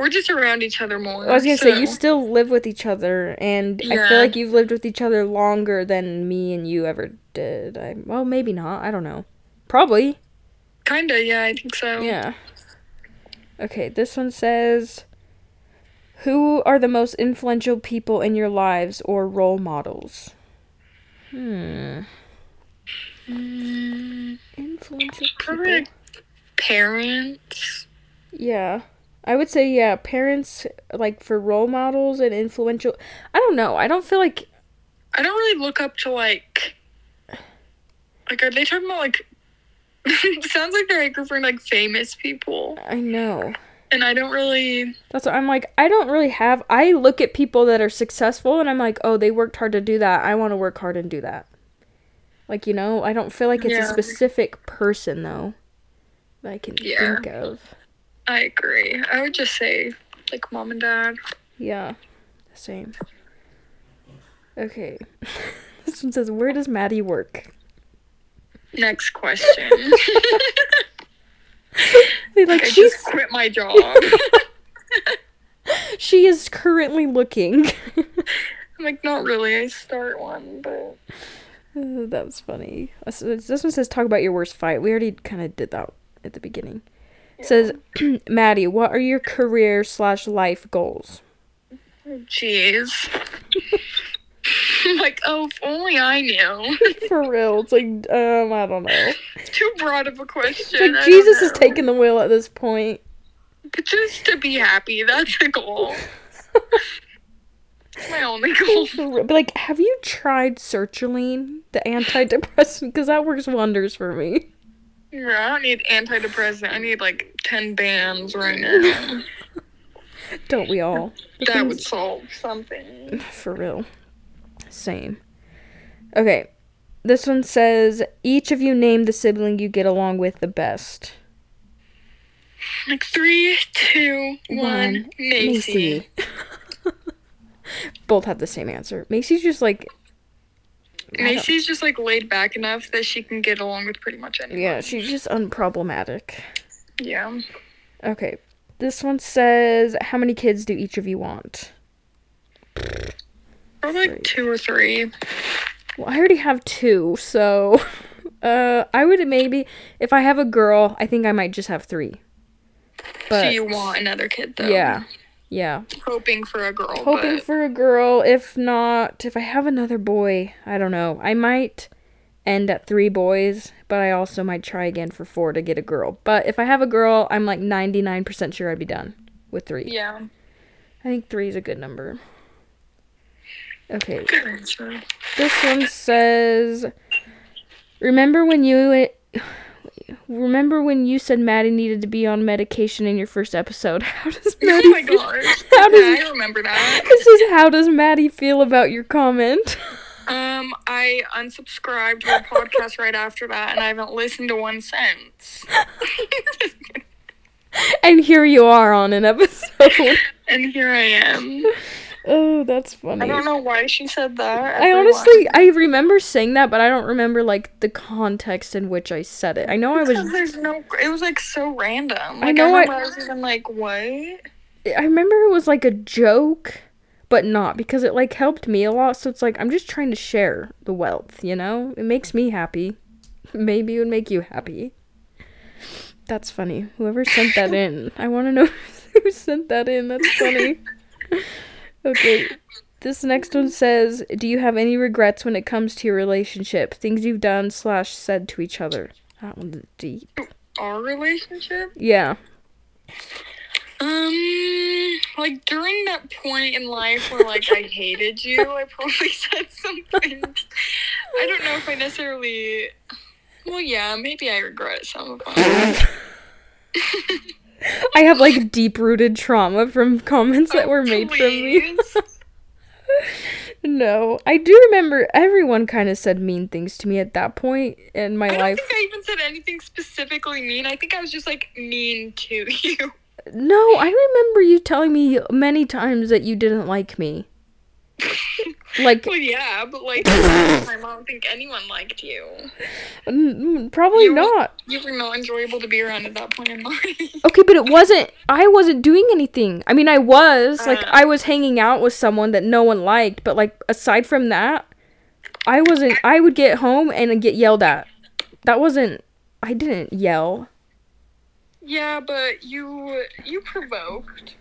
B: we're just around each other more.
A: I was gonna say you
B: so-
A: still live with each other, and I feel
B: Yeah.
A: like you've lived with each other longer than me and you ever did. I well, maybe not. I don't know. Probably.
B: kinda yeah, I think so.
A: Yeah. Okay, this one says Who are the most influential people in your lives or role models? Hmm.
B: Mm,
A: Influential
B: probably
A: people.
B: like, parents.
A: Yeah. I would say yeah, parents like for role models and influential I don't know. I don't feel like
B: I don't really look up to like like are they talking about like it sounds like they're like referring to like famous people,
A: I know.
B: and I don't really
A: That's what I'm like I don't really have I look at people that are successful and I'm like, "Oh, they worked hard to do that. I want to work hard and do that." Like, you know, I don't feel like it's
B: Yeah.
A: a specific person though that I can
B: Yeah.
A: think of.
B: I agree. I would just say like mom and dad.
A: Yeah, the same. Okay. this one says, Where does Maddie work?
B: Next question.
A: They like
B: I
A: she's
B: just quit my job.
A: she is currently looking.
B: I'm like not really. I start one, but
A: Oh, that was funny. This this one says, Talk about your worst fight. We already kind of did that at the beginning. It Says Maddie, what are your career slash life goals?
B: oh, Jeez. I'm like, oh, if only I knew.
A: For real, it's like um, I don't know.
B: Too broad of a question.
A: It's like
B: I don't
A: Jesus is
B: know.
A: taking the wheel at this point.
B: But just to be happy, that's a goal. That's my only goal.
A: For real. But like, have you tried sertraline, the antidepressant? Because that works wonders for me.
B: Yeah, I don't need antidepressant. I need like ten bands right now.
A: Don't we all?
B: that would solve something.
A: For real. Same. Okay. This one says each of you name the sibling you get along with the best.
B: Like three, two, one. Macy.
A: Both have the same answer. Macy's just like I don't-
B: Macy's just like laid back enough that she can get along with pretty much anyone.
A: yeah, she's just unproblematic.
B: Yeah.
A: Okay. This one says how many kids do each of you want?
B: Probably like two or three.
A: Well, I already have two, so uh I would maybe if I have a girl, I think I might just have 3. But
B: so you want another kid though.
A: yeah. Yeah.
B: Hoping for a girl.
A: hoping
B: but
A: for a girl. If not, if I have another boy, I don't know. I might end at three boys, but I also might try again for four to get a girl. But if I have a girl, I'm like 99% sure I'd be done with three.
B: yeah.
A: I think three is a good number. Okay,
B: Good answer.
A: this one says, "Remember when you." Remember when you said Maddie needed to be on medication in your first episode? How does Maddie
B: Oh my
A: feel-
B: gosh.
A: How does
B: yeah, I remember that.
A: this is how does Maddie feel about your comment?
B: Um, I unsubscribed her podcast right after that, and I haven't listened to one since.
A: and here you are on an episode.
B: and here I am.
A: oh, that's funny.
B: I don't know why she said that.
A: I
B: everyone.
A: honestly I remember saying that, but I don't remember like the context in which I said it. I know I
B: Because
A: was
B: there's no. It was like so random. Like,
A: know I-
B: I, remember I was even like, what?
A: I remember it was like a joke, but not because it like helped me a lot. So it's like I'm just trying to share the wealth, you know? It makes me happy. Maybe it would make you happy. That's funny. Whoever sent that in. I want to know who sent that in. That's funny. Okay. This next one says, "Do you have any regrets when it comes to your relationship? Things you've done slash said to each other." That one's deep.
B: Our relationship?
A: Yeah.
B: Um, like during that point in life where like I hated you, I probably said something. I don't know if I necessarily. Well, yeah, maybe I regret some of them.
A: I have like deep rooted trauma from comments that were made from me.
B: Oh, Please.
A: No, I do remember everyone kind of said mean things to me at that point in my
B: I don't
A: life.
B: think I even said anything specifically mean. I think I was just like mean to you.
A: No, I remember you telling me many times that you didn't like me. Like
B: Well, yeah, but like, I don't think anyone liked you.
A: n- n- probably
B: You-
A: not.
B: You were not enjoyable to be around at that point in life.
A: Okay, but it wasn't I wasn't doing anything. I mean, I was like
B: Uh.
A: I was hanging out with someone that no one liked, but like aside from that, I wasn't I would get home and get yelled at. That wasn't I didn't yell.
B: yeah, but you you provoked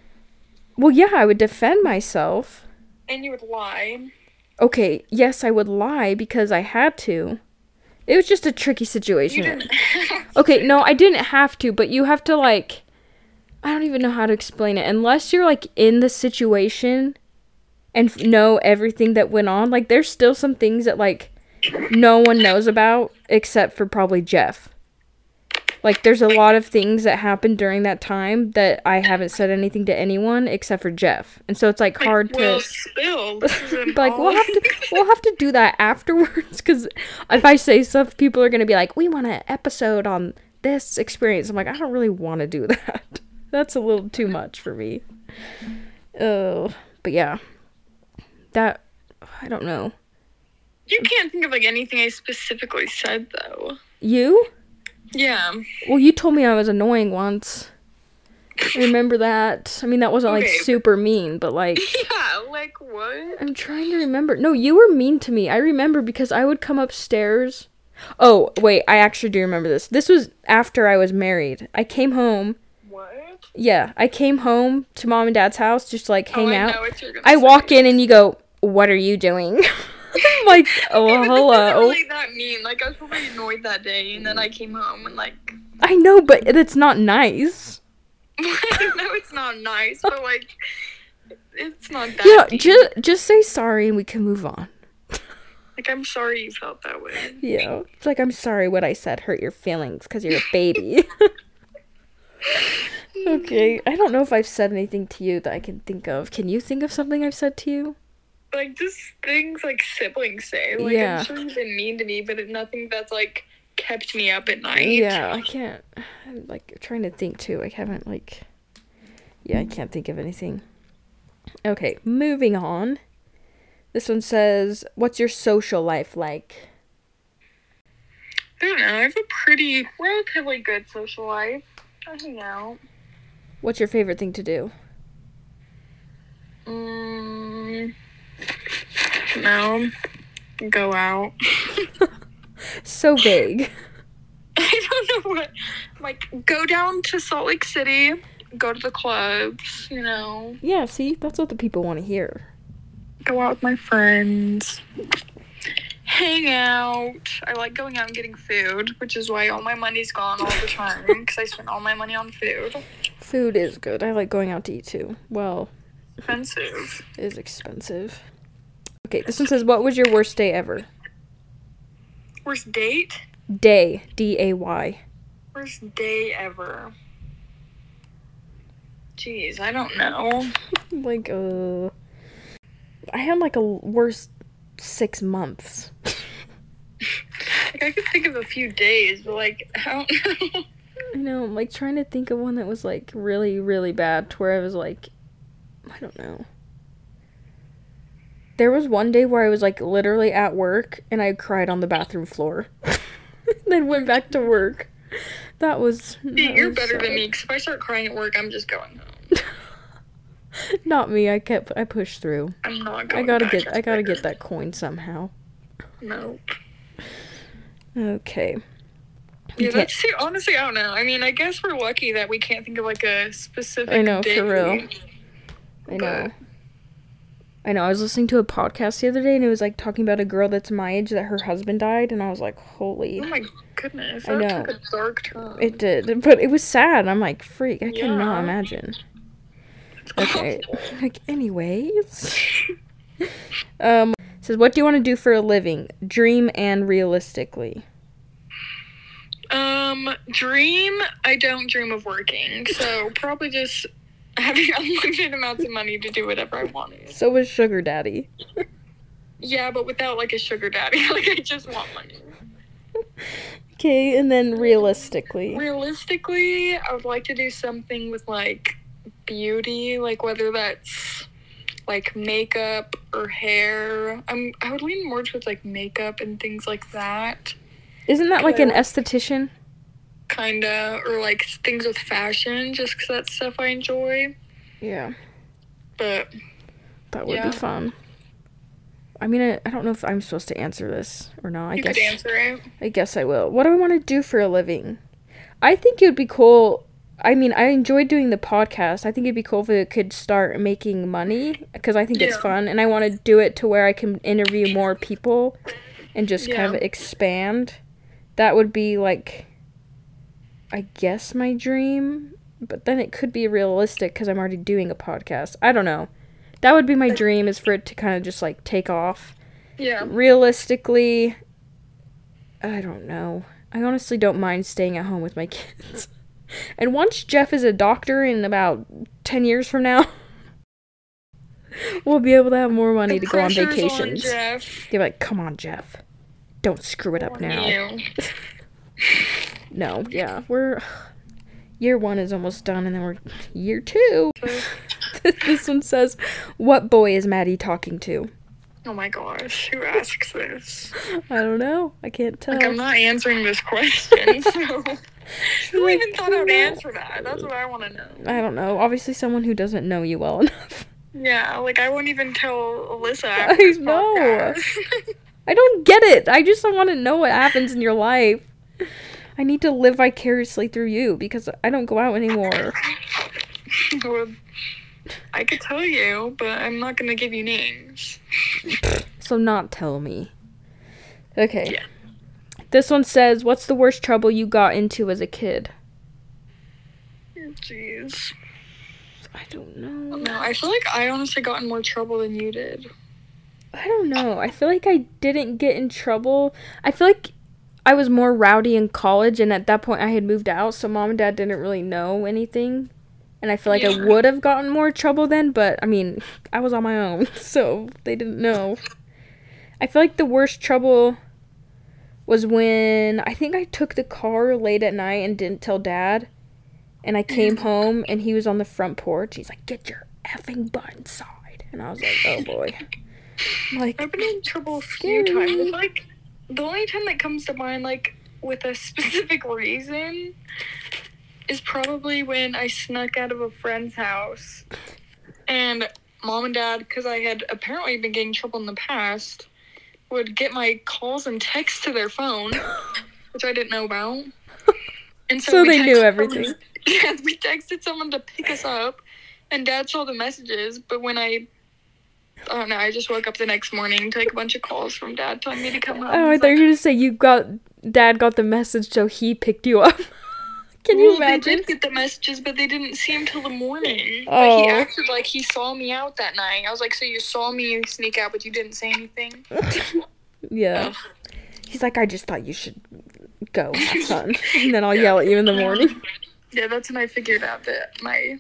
A: Well, yeah, I would defend myself.
B: and you would lie.
A: okay, yes, I would lie because I had to. It was just a tricky
B: You
A: situation.
B: didn't.
A: Okay, no, I didn't have to, but you have to like I don't even know how to explain it. Unless you're like in the situation and f- know everything that went on, like there's still some things that like no one knows about except for probably Jeff. Like there's a lot of things that happened during that time that I haven't said anything to anyone except for Jeff. And so it's like hard to
B: Well, spill. This is an
A: but like we'll
B: all-
A: have to we'll have to do that afterwards because if I say stuff, people are gonna be like, "We want an episode on this experience." I'm like, I don't really want to do that. That's a little too much for me. Oh, but yeah, that I don't know.
B: You can't think of like anything I specifically said though.
A: You?
B: Yeah.
A: Well, you told me I was annoying once. I remember that. I mean, that wasn't like
B: Okay.
A: super mean, but like.
B: Yeah. Like what?
A: I'm trying to remember. No, you were mean to me. I remember because I would come upstairs. Oh, wait, I actually do remember this. This was after I was married. I came home.
B: What?
A: Yeah, I came home to mom and dad's house just to, like hang
B: oh, I
A: out.
B: know what you're gonna
A: I
B: say.
A: walk in and you go, "What are you doing?" I'm like, "Oh,
B: Yeah, but this isn't
A: hello."
B: really that mean. Like I was probably annoyed that day, and then I came home and like,
A: I know, but it's not nice.
B: I know it's not nice, but like, it's not that.
A: You know,
B: deep.
A: just just say sorry and we can move on.
B: like I'm sorry you felt that way.
A: Yeah. It's like, I'm sorry what I said hurt your feelings because you're a baby. okay. I don't know if I've said anything to you that I can think of. Can you think of something I've said to you?
B: like just things like siblings say. Like
A: Yeah.
B: I'm sure you've been mean to me, but it- nothing that's like kept me up at night.
A: Yeah, I can't. I'm like trying to think too. I haven't like. Yeah, I can't think of anything. Okay, moving on. This one says, "What's your social life like?"
B: I don't know. I have a pretty relatively good social life. I hang out.
A: What's your favorite thing to do?
B: Mm, no. Go out.
A: So vague.
B: I don't know what. Like, go down to Salt Lake City, go to the clubs, you know,
A: yeah, see, that's what the people want to hear.
B: go out with my friends, hang out. I like going out and getting food, which is why all my money's gone all the time because I spend all my money on food.
A: Food is good. I like going out to eat too. Well,
B: Expensive.
A: it is expensive. Okay, this one says, "What was your worst day ever?"
B: Worst date?
A: Day, D A Y.
B: Worst day ever. Jeez, I don't know.
A: Like, uh, I had like a worst six months.
B: Like, I could think of a few days, but like, I don't know.
A: I know, I'm like trying to think of one that was like really, really bad to where I was like, I don't know. There was one day where I was like literally at work and I cried on the bathroom floor. then went back to work. That was. that
B: You're
A: was
B: better
A: sad.
B: than me because if I start crying at work, I'm just going home.
A: Not me. I kept. I pushed through.
B: I'm not
A: I
B: going.
A: gotta
B: back
A: get. I gotta
B: there.
A: get that coin somehow.
B: No.
A: Okay.
B: Yeah,
A: Okay.
B: that's see, honestly, I don't know. I mean, I guess we're lucky that we can't think of like a specific.
A: I know, for
B: day.
A: real. I know. I know. I was listening to a podcast the other day and it was like talking about a girl that's my age that her husband died and I was like, holy.
B: Oh my goodness,
A: I
B: that
A: know.
B: took a dark turn.
A: It did, but it was sad. I'm like, freak. I cannot
B: Yeah.
A: imagine. Okay. like, anyways. um, says, what do you want to do for a living? Dream and realistically.
B: Um, dream. I don't dream of working, so probably just having unlimited amounts of money to do whatever I wanted.
A: So was sugar daddy.
B: Yeah, but without like a sugar daddy. Like I just want money.
A: Okay, and then realistically.
B: Realistically, I would like to do something with like beauty, like whether that's like makeup or hair. I'm I would lean more towards like makeup and things like that,
A: Isn't that like an esthetician?
B: kinda, or like things with fashion, just 'cause that's stuff I enjoy.
A: Yeah.
B: But
A: That would
B: Yeah.
A: be fun. I mean, I, I don't know if I'm supposed to answer this or not. I
B: you
A: guess
B: could answer it.
A: I guess I will. What do I want to do for a living? I think it would be cool. I mean, I enjoy doing the podcast. I think it'd be cool if it could start making money because I think it's
B: Yeah.
A: fun, and I want to do it to where I can interview more people and just kind
B: Yeah.
A: of expand. That would be like, I guess my dream, but then it could be realistic because I'm already doing a podcast. I don't know. That would be my dream is for it to kind of just like take off
B: Yeah.
A: realistically i don't know i honestly don't mind staying at home with my kids and once jeff is a doctor in about 10 years from now we'll be able to have more money
B: The
A: to go on
B: pressure's on
A: vacations
B: Jeff.
A: you're like come on jeff don't screw it up
B: on
A: now
B: you.
A: no yeah we're year one is almost done and then we're year two this one says what boy is maddie talking to
B: Oh my gosh, who asks this?
A: i don't know i can't tell
B: Like, I'm not answering this question, so. Who
A: Like,
B: even thought I would
A: no.
B: answer that? That's what I want to know.
A: I don't know. Obviously, someone who doesn't know you well enough.
B: Yeah, like I won't even tell Alyssa.
A: I
B: After this
A: know.
B: podcast.
A: I don't get it. I just want to know what happens in your life. I need to live vicariously through you because I don't go out anymore.
B: Well, I could tell you, but I'm not gonna give you names.
A: So, not tell me. Okay.
B: Yeah.
A: This one says, What's the worst trouble you got into as a kid?
B: Jeez.
A: I don't know.
B: No, I feel like I honestly got in more trouble than you did.
A: I don't know. I feel like I didn't get in trouble. I feel like I was more rowdy in college, and at that point, I had moved out, so mom and dad didn't really know anything. And I feel like I
B: Yeah.
A: would have gotten more trouble then, but I mean, I was on my own, so they didn't know. I feel like the worst trouble was when I think I took the car late at night and didn't tell dad. And I came home and he was on the front porch. He's like, Get your effing butt inside. And I was like, Oh boy. I'm like,
B: I've been in trouble a few
A: Scary.
B: times. Like the only time that comes to mind, like with a specific reason, is probably when I snuck out of a friend's house, and mom and dad, because I had apparently been getting trouble in the past, would get my calls and texts to their phone, which I didn't know about. And
A: So
B: we
A: they knew
B: texted someone-
A: everything.
B: yeah, we texted someone to pick us up, and dad saw the messages. But when I I don't know. I just woke up the next morning to like a bunch of calls from dad telling me to come home.
A: Oh, I
B: He's
A: thought you
B: like,
A: were gonna say you got dad got the message, so he picked you up. Can you
B: "Well, They
A: imagine?
B: did get the messages, but they didn't see him till the morning. But
A: Oh.
B: he acted like he saw me out that night. I was like, so you saw me sneak out, but you didn't say anything.
A: yeah. He's like, I just thought you should go have fun, and then I'll yell at you in the morning.
B: Yeah, that's when I figured out that my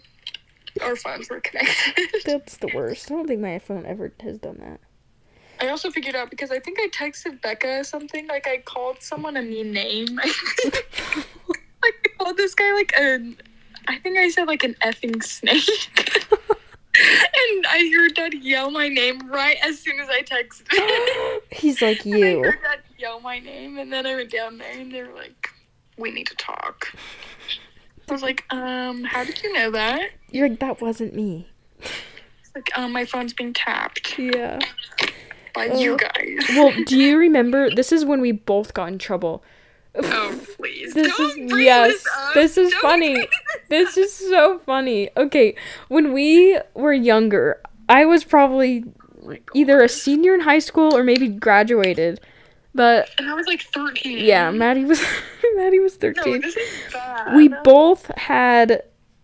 B: our phones were connected.
A: That's the worst. I don't think my phone ever has done that.
B: I also figured out because I think I texted Becca something. Like I called someone a mean name. I think like I called this guy like an I think I said like an effing snake. and I heard dad yell my name right as soon as I texted.
A: He's like
B: And I
A: you.
B: heard dad yell my name and then I went down there and they were like, We need to talk. I was like, um, how did you know that?
A: You're like that wasn't me.
B: It's like, um, my phone's being tapped
A: Yeah.
B: by
A: Oh.
B: you guys.
A: Well, do you remember? This is when we both got in trouble.
B: Oh please!
A: This
B: don't
A: is
B: bring
A: yes.
B: This, up.
A: This is
B: Don't
A: funny.
B: bring
A: This is so funny. Okay, when we were younger, I was probably either a senior in high school or maybe graduated. But
B: And I was like thirteen.
A: yeah, Maddie was Maddie was
B: No,
A: 13.
B: this is bad.
A: we both had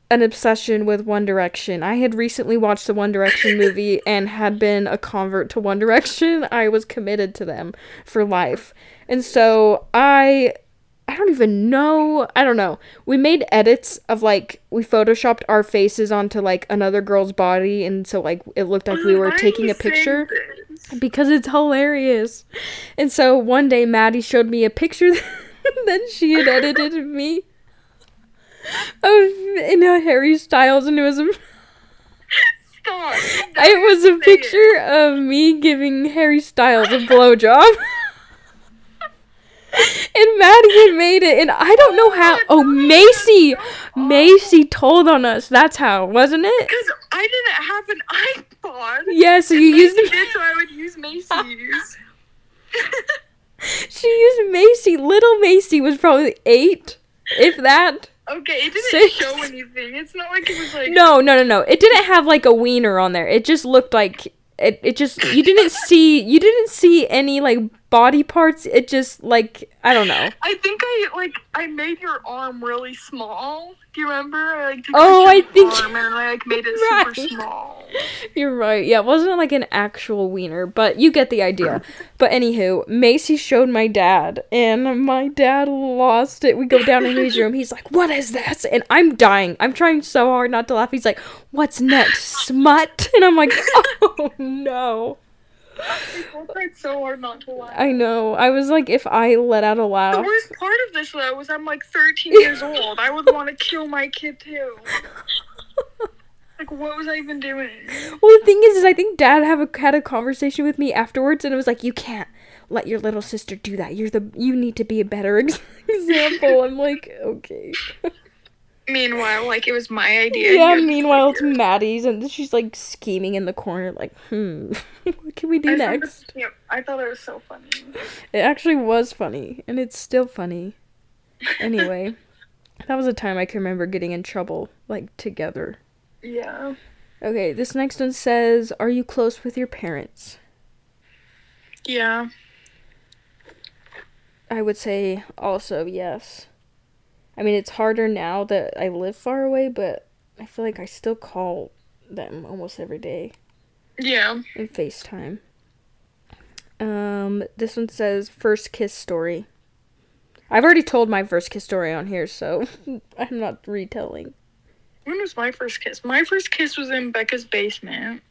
A: an obsession with One Direction. I had recently watched the One Direction movie and had been a convert to One Direction. I was committed to them for life. And so I I don't even know. I don't know. We made edits of like we photoshopped our faces onto like another girl's body and so like it looked like we were
B: Why are
A: taking
B: you
A: a picture
B: saying this?
A: because it's hilarious. And so one day Maddie showed me a picture that she had edited of me of in a Harry Styles and it was a
B: Stop.
A: it was a
B: Say it.
A: picture of me giving Harry Styles a blowjob. and Maddie had made it and I don't know how oh Macy Macy told on us. That's how, wasn't it?
B: Because I didn't have an iPod.
A: Yeah, so you used
B: Macy did, so I would use Macy's.
A: she used Macy. Little Macy was probably eight, if that.
B: okay, it didn't
A: Six.
B: show anything. It's not like it was like.
A: No, no, no, no. It didn't have like a wiener on there. It just looked like it. It just you didn't see you didn't see any like body parts. It just like I don't know.
B: I think I like I made your arm really small. Do you remember? I like took a
A: Oh,
B: picture
A: I
B: of
A: think-
B: your arm and I like made it
A: Right.
B: super small.
A: You're right. Yeah, it wasn't like an actual wiener, but you get the idea. But anywho, Macy showed my dad, and my dad lost it. We go down in his room. He's like, "What is this?" And I'm dying. I'm trying so hard not to laugh. He's like, "What's next, smut?" And I'm like, "Oh no."
B: I tried so hard not to laugh.
A: I know. I was like, if I let out a
B: The
A: laugh,
B: worst part of this though was I'm like 13 years old. I would want to kill my kid too. Like what was I even doing?
A: Well, the thing is, is I think Dad have a, had a conversation with me afterwards, and it was like, "You can't let your little sister do that. You're the you need to be a better ex- example." I'm like, okay.
B: Meanwhile, like it was my idea.
A: Yeah.
B: You're just
A: Meanwhile,
B: like,
A: it's Maddie's, and she's like scheming in the corner, like, "Hmm, what can we do
B: I thought
A: next?"
B: this- yeah, I thought it was so funny.
A: It actually was funny, and it's still funny. Anyway, that was a time I can remember getting in trouble, like together.
B: Yeah.
A: Okay, this next one says, "Are you close with your parents?"
B: Yeah.
A: I would say also yes. I mean, it's harder now that I live far away, but I feel like I still call them almost every day
B: Yeah.
A: and FaceTime. Um, this one says first kiss story. I've already told my first kiss story on here, so I'm not retelling.
B: When was my first kiss? My first kiss was in Becca's basement.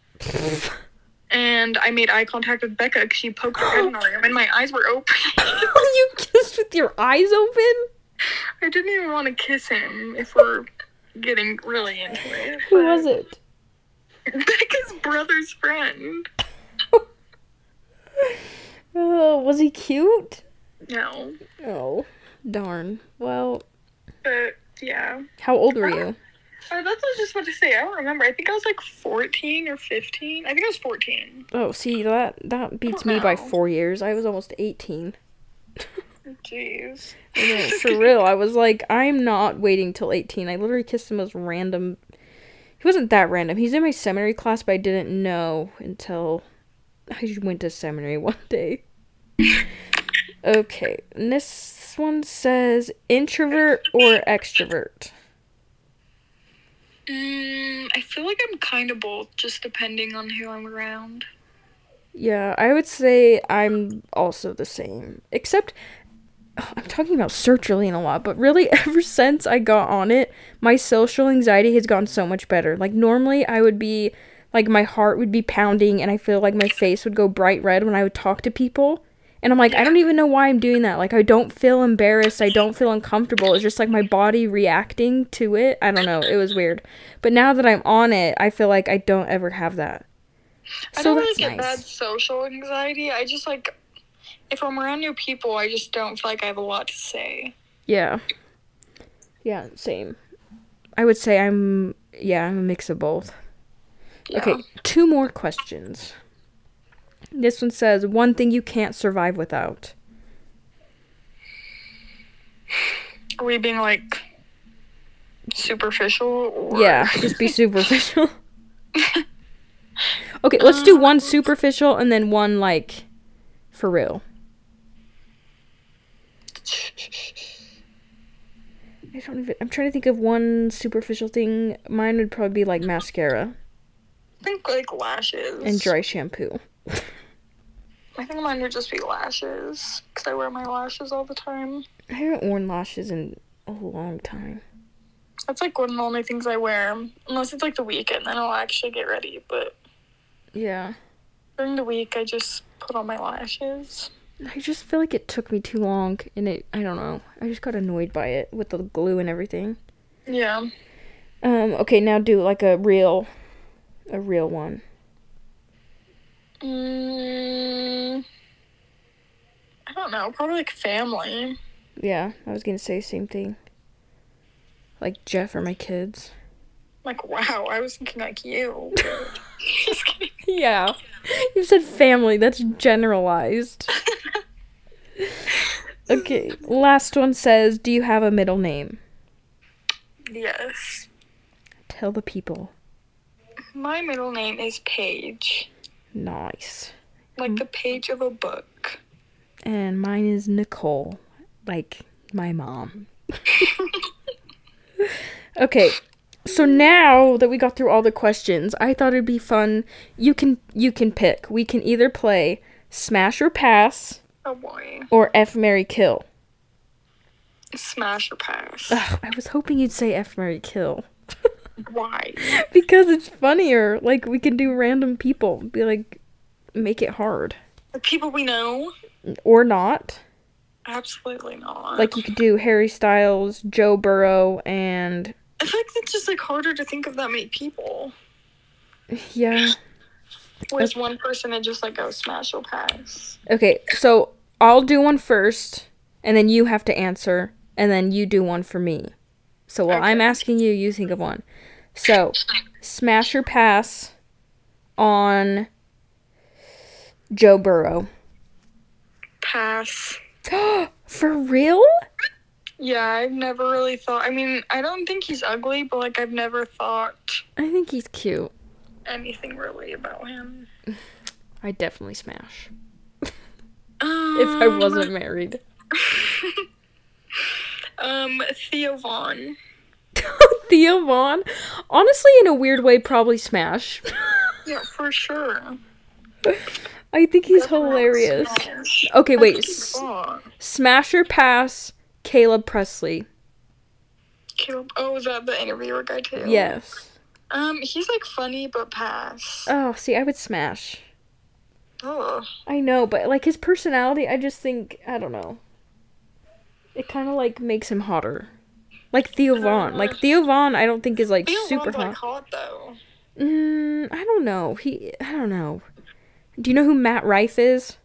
B: and I made eye contact with Becca because she poked her head in our room and my eyes were open.
A: you kissed with your eyes open?
B: I didn't even want to kiss him if we're getting really into it.
A: Who was it?
B: Becca's brother's friend.
A: Oh, was he cute?
B: No.
A: Oh, darn. Well,
B: But yeah.
A: how old were you?
B: Uh, that's what I was just about to say. I don't remember. I think I was like 14 or 15. I think I was 14.
A: Oh, see that that beats me by four years. I was almost eighteen.
B: Jeez.
A: I know, for real, I was like, I'm not waiting till eighteen. I literally kissed the most random. He wasn't that random. He's in my seminary class, but I didn't know until I went to seminary one day. okay, and this one says introvert or extrovert.
B: Mm, I feel like I'm kind of both, just depending on who I'm around.
A: Yeah, I would say I'm also the same. Except Ugh, I'm talking about sertraline a lot, but really ever since I got on it, my social anxiety has gone so much better. Like normally I would be like my heart would be pounding and I feel like my face would go bright red when I would talk to people. And I'm like, I don't even know why I'm doing that. Like I don't feel embarrassed, I don't feel uncomfortable. It's just like my body reacting to it. I don't know. It was weird. But now that I'm on it, I feel like I don't ever have that. So
B: I don't really
A: that's
B: get bad
A: nice.
B: social anxiety. I just like, if I'm around new people, I just don't feel like I have a lot to say.
A: Yeah. Yeah, same. I would say I'm yeah, I'm a mix of both.
B: Yeah.
A: Okay, two more questions. This one says one thing you can't survive without.
B: Are we being like superficial? Or...
A: Yeah, just be superficial. okay, let's do one superficial and then one like for real. I don't even I'm trying to think of one superficial thing. Mine would probably be like mascara
B: I think like lashes.
A: and dry shampoo.
B: I think mine would just be lashes because I wear my lashes all the time.
A: I haven't worn lashes in a long time.
B: That's like one of the only things I wear, unless it's like the weekend, then I'll actually get ready. But
A: Yeah.
B: during the week, I just put on my lashes.
A: I just feel like it took me too long and it I don't know. I just got annoyed by it with the glue and everything.
B: Yeah.
A: Um okay, now do like a real a real one.
B: Mm, I don't know. Probably like family.
A: Yeah, I was going to say the same thing. Like Jeff or my kids.
B: Like wow, I was thinking like you. Just kidding.
A: Yeah. You said family, that's generalized. okay, last one says, "Do you have a middle name?"
B: Yes.
A: Tell the people.
B: My middle name is Paige,
A: Nice.
B: like the page of a book.
A: and mine is Nicole, like my mom. okay. So now that we got through all the questions, I thought it'd be fun. You can you can pick. We can either play Smash or Pass
B: Oh boy.
A: or F Mary Kill.
B: Smash or pass.
A: Ugh, I was hoping you'd say F Mary Kill
B: Why?
A: because it's funnier. Like we can do random people. Be like make it hard
B: The people we know?
A: or not.
B: Absolutely not.
A: Like you could do Harry Styles, Joe Burrow and
B: I feel like that's just like harder to think of that many people.
A: yeah.
B: Whereas one person it just like oh smash or pass.
A: Okay, so I'll do one first, and then you have to answer, and then you do one for me. So while I'm asking you, you think of one. So, smash or pass on Joe Burrow.
B: Pass.
A: for real?
B: Yeah, I've never really thought I mean, I don't think he's ugly, but like I've never thought
A: I think he's cute.
B: anything really about him.
A: I definitely smash.
B: Um,
A: If I wasn't married.
B: um Theo Vaughn.
A: Thea Vaughn? Honestly, in a weird way, probably smash.
B: Yeah, for sure.
A: I think he's
B: Definitely
A: hilarious.
B: Smash.
A: Okay,
B: I
A: wait.
B: think he's
A: s-
B: Vaughn.
A: Smash or pass Caleb Presley.
B: Caleb? Oh, was that the interviewer guy too?
A: Yes.
B: Um, he's like funny but pass.
A: Oh, see, I would smash.
B: Oh,
A: I know, but like his personality, I just think I don't know. It kind of like makes him hotter, like Theo Vaughn. Like Theo Vaughn, I don't think is like
B: Oh, Theo
A: super
B: Vaughn's,
A: hot.
B: like hot though.
A: Mm, I don't know. He, I don't know. Do you know who Matt Rife is?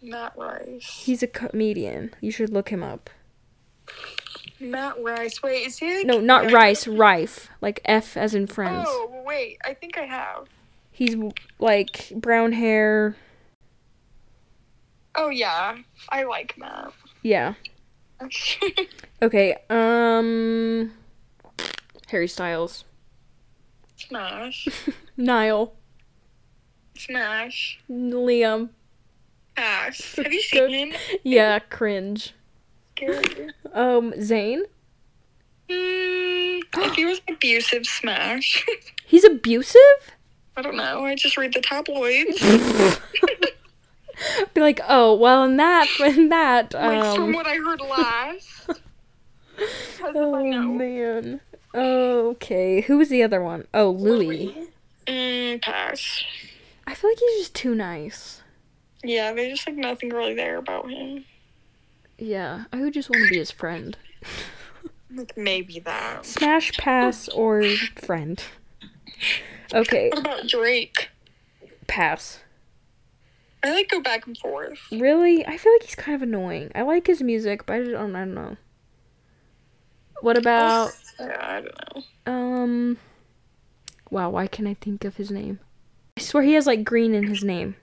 B: Matt Rice.
A: He's a comedian. You should look him up.
B: Matt Rice. Wait, is he? Like,
A: No, not
B: that-
A: Rice. Rife, like F as in friends.
B: Oh wait, I think I have.
A: He's like brown hair.
B: Oh yeah, I like Matt.
A: Yeah. Okay. Um. Harry Styles.
B: Smash.
A: Niall.
B: Smash.
A: Liam.
B: Pass. Have you
A: Good.
B: seen him?
A: Yeah, cringe.
B: Scary.
A: Um, Zayn.
B: Mm, if he was abusive, smash.
A: He's abusive.
B: I don't know. I just read the tabloids.
A: Be like, oh well, in that, in that.
B: like from
A: Um,
B: what I heard last. Because I
A: oh
B: know.
A: man. Okay, who was the other one? Oh, Louis.
B: Mm, pass.
A: I feel like he's just too nice.
B: Yeah, there's just like nothing really there about him.
A: Yeah, I would just want to be his friend.
B: Like maybe that.
A: Smash pass or friend. Okay,
B: What about Drake?
A: pass.
B: I like go back and forth.
A: Really, I feel like he's kind of annoying. I like his music, but I don't, I don't know. What about
B: Yeah, I don't know.
A: Um. Wow, why can not I think of his name? I swear he has like green in his name.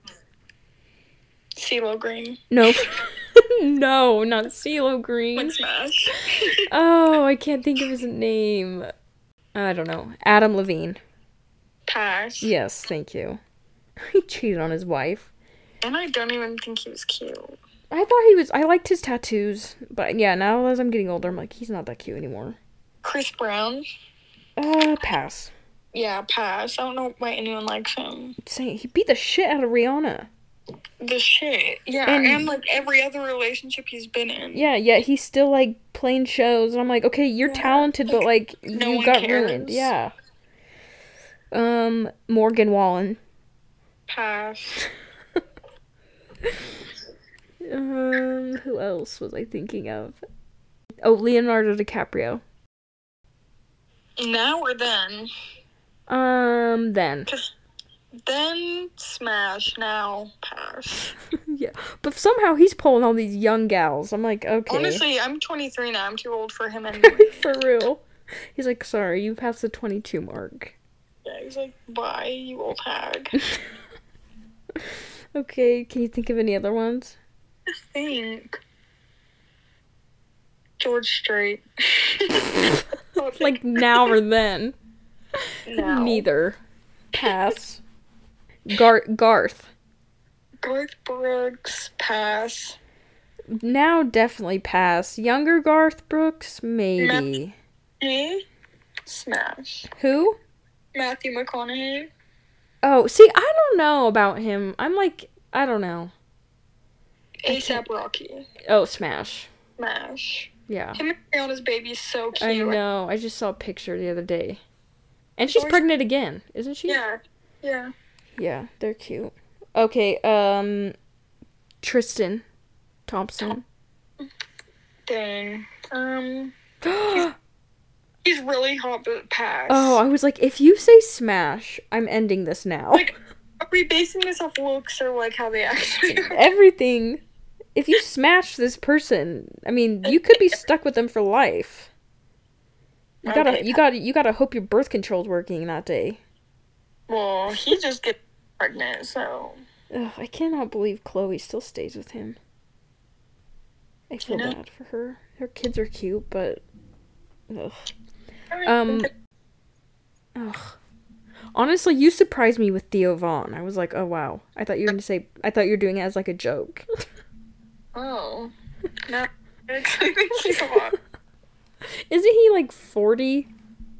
B: CeeLo Green.
A: No. no, not CeeLo Green.
B: Like smash.
A: Oh, I can't think of his name. I don't know. Adam Levine.
B: Pass.
A: Yes, thank you. He cheated on his wife.
B: And I don't even think he was cute.
A: I thought he was. I liked his tattoos, but yeah, now as I'm getting older, I'm like, he's not that cute anymore.
B: Chris Brown.
A: Uh, pass.
B: Yeah, pass. I don't know why anyone likes him.
A: Saying he beat the shit out of Rihanna.
B: The shit. Yeah,
A: And-
B: and, like every other relationship he's been in.
A: Yeah, yet he's still like playing shows, and I'm like, okay, you're
B: Yeah,
A: talented, but like
B: no
A: you
B: one
A: got
B: cares.
A: ruined. Yeah. Um, Morgan Wallen.
B: Pass.
A: Um, who else was I thinking of? Oh, Leonardo DiCaprio.
B: Now or then?
A: Um, then
B: Then smash. Now pass.
A: yeah, but somehow he's pulling all these young gals. I'm like, okay,
B: Honestly, I'm 23 now. I'm too old for him anyway.
A: for real. He's like, sorry, you passed the 22 mark.
B: yeah, he's like, bye, you old hag.
A: Okay, can you think of any other ones?
B: I think George Strait.
A: Like now or then.
B: no.
A: Neither. Pass. Gar- Garth.
B: Garth Brooks. Pass.
A: Now definitely pass. Younger Garth Brooks, maybe.
B: Hey. E, Smash.
A: Who?
B: Matthew McConaughey.
A: Oh, see, I don't know about him. I'm like, I don't know.
B: ASAP Rocky.
A: Oh, Smash.
B: Smash.
A: Yeah.
B: Him and Rihanna's baby's so cute.
A: I know. I just saw a picture the other day. And she's
B: Or-
A: pregnant again, isn't she?
B: Yeah. Yeah.
A: Yeah, they're cute. Okay, um Tristan Thompson.
B: Dang. Um,
A: oh,
B: he's really hot, but pass.
A: I was like, if you say smash, I'm ending this now.
B: Like, Are we basing this off looks or like how they actually are?
A: everything. If you smash this person, I mean, you could be stuck with them for life. You gotta,
B: Okay.
A: you gotta, you gotta hope your birth control's working that day.
B: Well, he just gets pregnant, so.
A: Ugh, I cannot believe Chloe still stays with him. I feel
B: know?
A: bad for her. Her kids are cute, but ugh.
B: I don't
A: Um,
B: think
A: ugh. Honestly, you surprised me with Theo Vaughn. I was like, oh wow. I thought you were gonna say. I thought you were doing it as like a joke.
B: Oh. No. I actually think he's hot.
A: Isn't he like forty?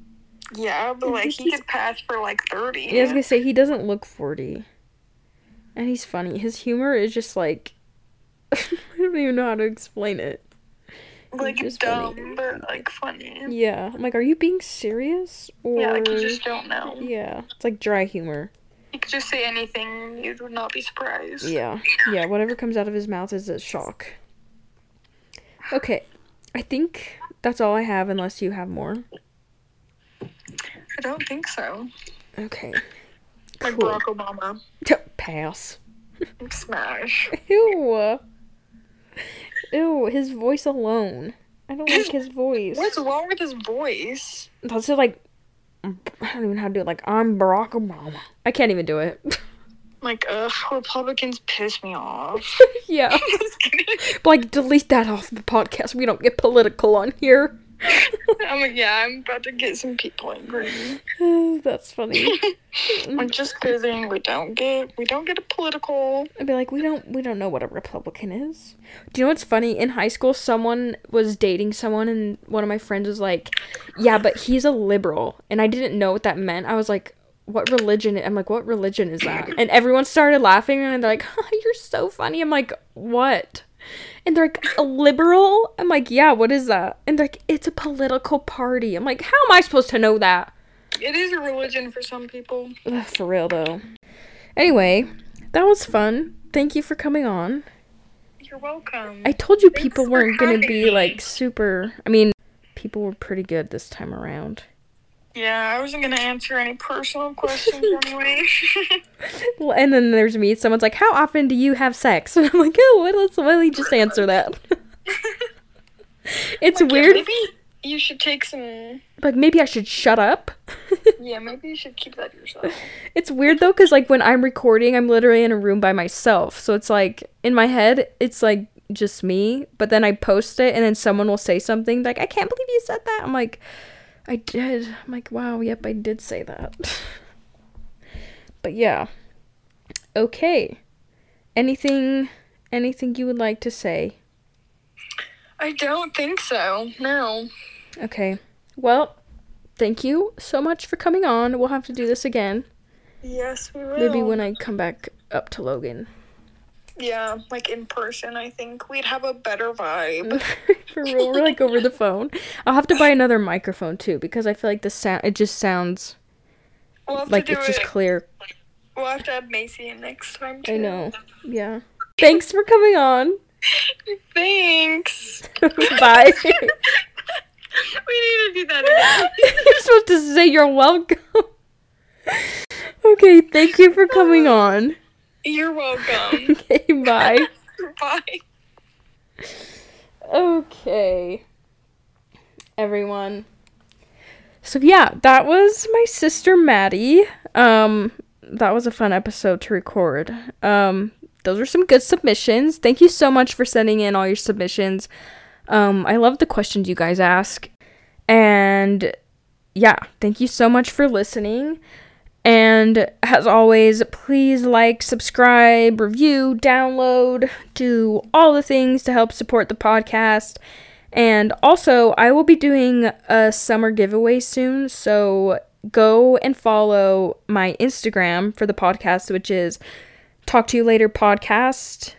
B: Yeah, but like he could pass for like 30.
A: Yeah, I was gonna say he doesn't look forty, and he's funny. His humor is just like I don't even know how to explain it.
B: like
A: just
B: dumb,
A: funny.
B: but like funny.
A: Yeah. I'm like, are you being serious? Or
B: Yeah, like you just don't know.
A: Yeah. It's like dry humor.
B: You could just say anything, you would not be surprised.
A: Yeah. Yeah, whatever comes out of his mouth is a shock. Okay. I think that's all I have unless you have more.
B: I don't think so.
A: Okay.
B: Like
A: Cool.
B: Barack Obama.
A: Pass.
B: Smash.
A: Ew. Ew, his voice alone. I don't like his voice.
B: What's wrong with his voice?
A: That's it, like, I don't even know how to do it. Like, I'm Barack Obama. I can't even do it.
B: Like, ugh, Republicans piss me off.
A: yeah.
B: Just kidding.
A: But, like, delete that off the podcast. We don't get political on here.
B: I'm like, yeah, I'm about to get some people angry.
A: That's funny. Mm.
B: Like, just kidding. We don't get, we don't get a political.
A: I'd be like, we don't we don't know what a Republican is. Do you know what's funny? In high school, someone was dating someone, and one of my friends was like, "Yeah, but he's a liberal," and I didn't know what that meant. I was like, "What religion?" I'm like, "What religion is that?" And everyone started laughing, and they're like, "Huh, "You're so funny." I'm like, "What?" And they're like, "A liberal?" I'm like, "Yeah, what is that?" And they're like, "It's a political party." I'm like, "How am I supposed to know that?"
B: It is a religion for some people.
A: Ugh, for real though. Anyway, that was fun. Thank you for coming on.
B: You're welcome.
A: I told you people
B: for
A: weren't gonna
B: having
A: be
B: me.
A: like super. I mean, people were pretty good this time around.
B: yeah, I wasn't gonna answer any personal questions anyway.
A: Well, and then there's me. Someone's like, "How often do you have sex?" And I'm like, "Oh, well, let's really just answer that." it's
B: Like, yeah,
A: weird.
B: maybe you should take some.
A: like maybe I should shut up.
B: Yeah, maybe you should keep that to yourself.
A: it's weird though, because like when I'm recording, I'm literally in a room by myself. So it's like in my head, it's like just me. But then I post it, and then someone will say something like, "I can't believe you said that." I'm like, "I did." I'm like, "Wow, yep, I did say that." but yeah, okay. Anything, anything you would like to say?
B: I don't think so. No.
A: Okay. Well, thank you so much for coming on. We'll have to do this again.
B: Yes, we will.
A: Maybe when I come back up to Logan.
B: Yeah, like in person, I think we'd have a better vibe.
A: for real, we're like over the phone. I'll have to buy another microphone too because I feel like the sound it just sounds
B: We'll have
A: like
B: to do
A: it's just
B: it.
A: clear.
B: we'll have to have Macy in next time too.
A: I know. Yeah. Thanks for coming on.
B: Thanks.
A: Bye.
B: we need to do that again.
A: you're supposed to say you're welcome. Okay, thank you for coming on.
B: You're welcome.
A: Okay, bye.
B: Bye.
A: Okay. Everyone. So yeah, that was my sister Maddie. Um that was a fun episode to record. Um those were some good submissions. Thank you so much for sending in all your submissions. Um I love the questions you guys ask. And yeah, thank you so much for listening. And as always, please like, subscribe, review, download, do all the things to help support the podcast. And also, I will be doing a summer giveaway soon, so go and follow my Instagram for the podcast, which is Talk to You Later Podcast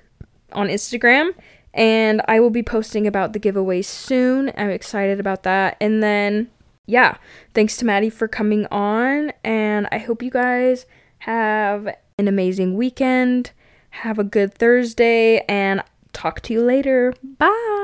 A: on Instagram. And I will be posting about the giveaway soon. I'm excited about that. And then, yeah, thanks to Maddie for coming on. And I hope you guys have an amazing weekend. Have a good Thursday and talk to you later. Bye.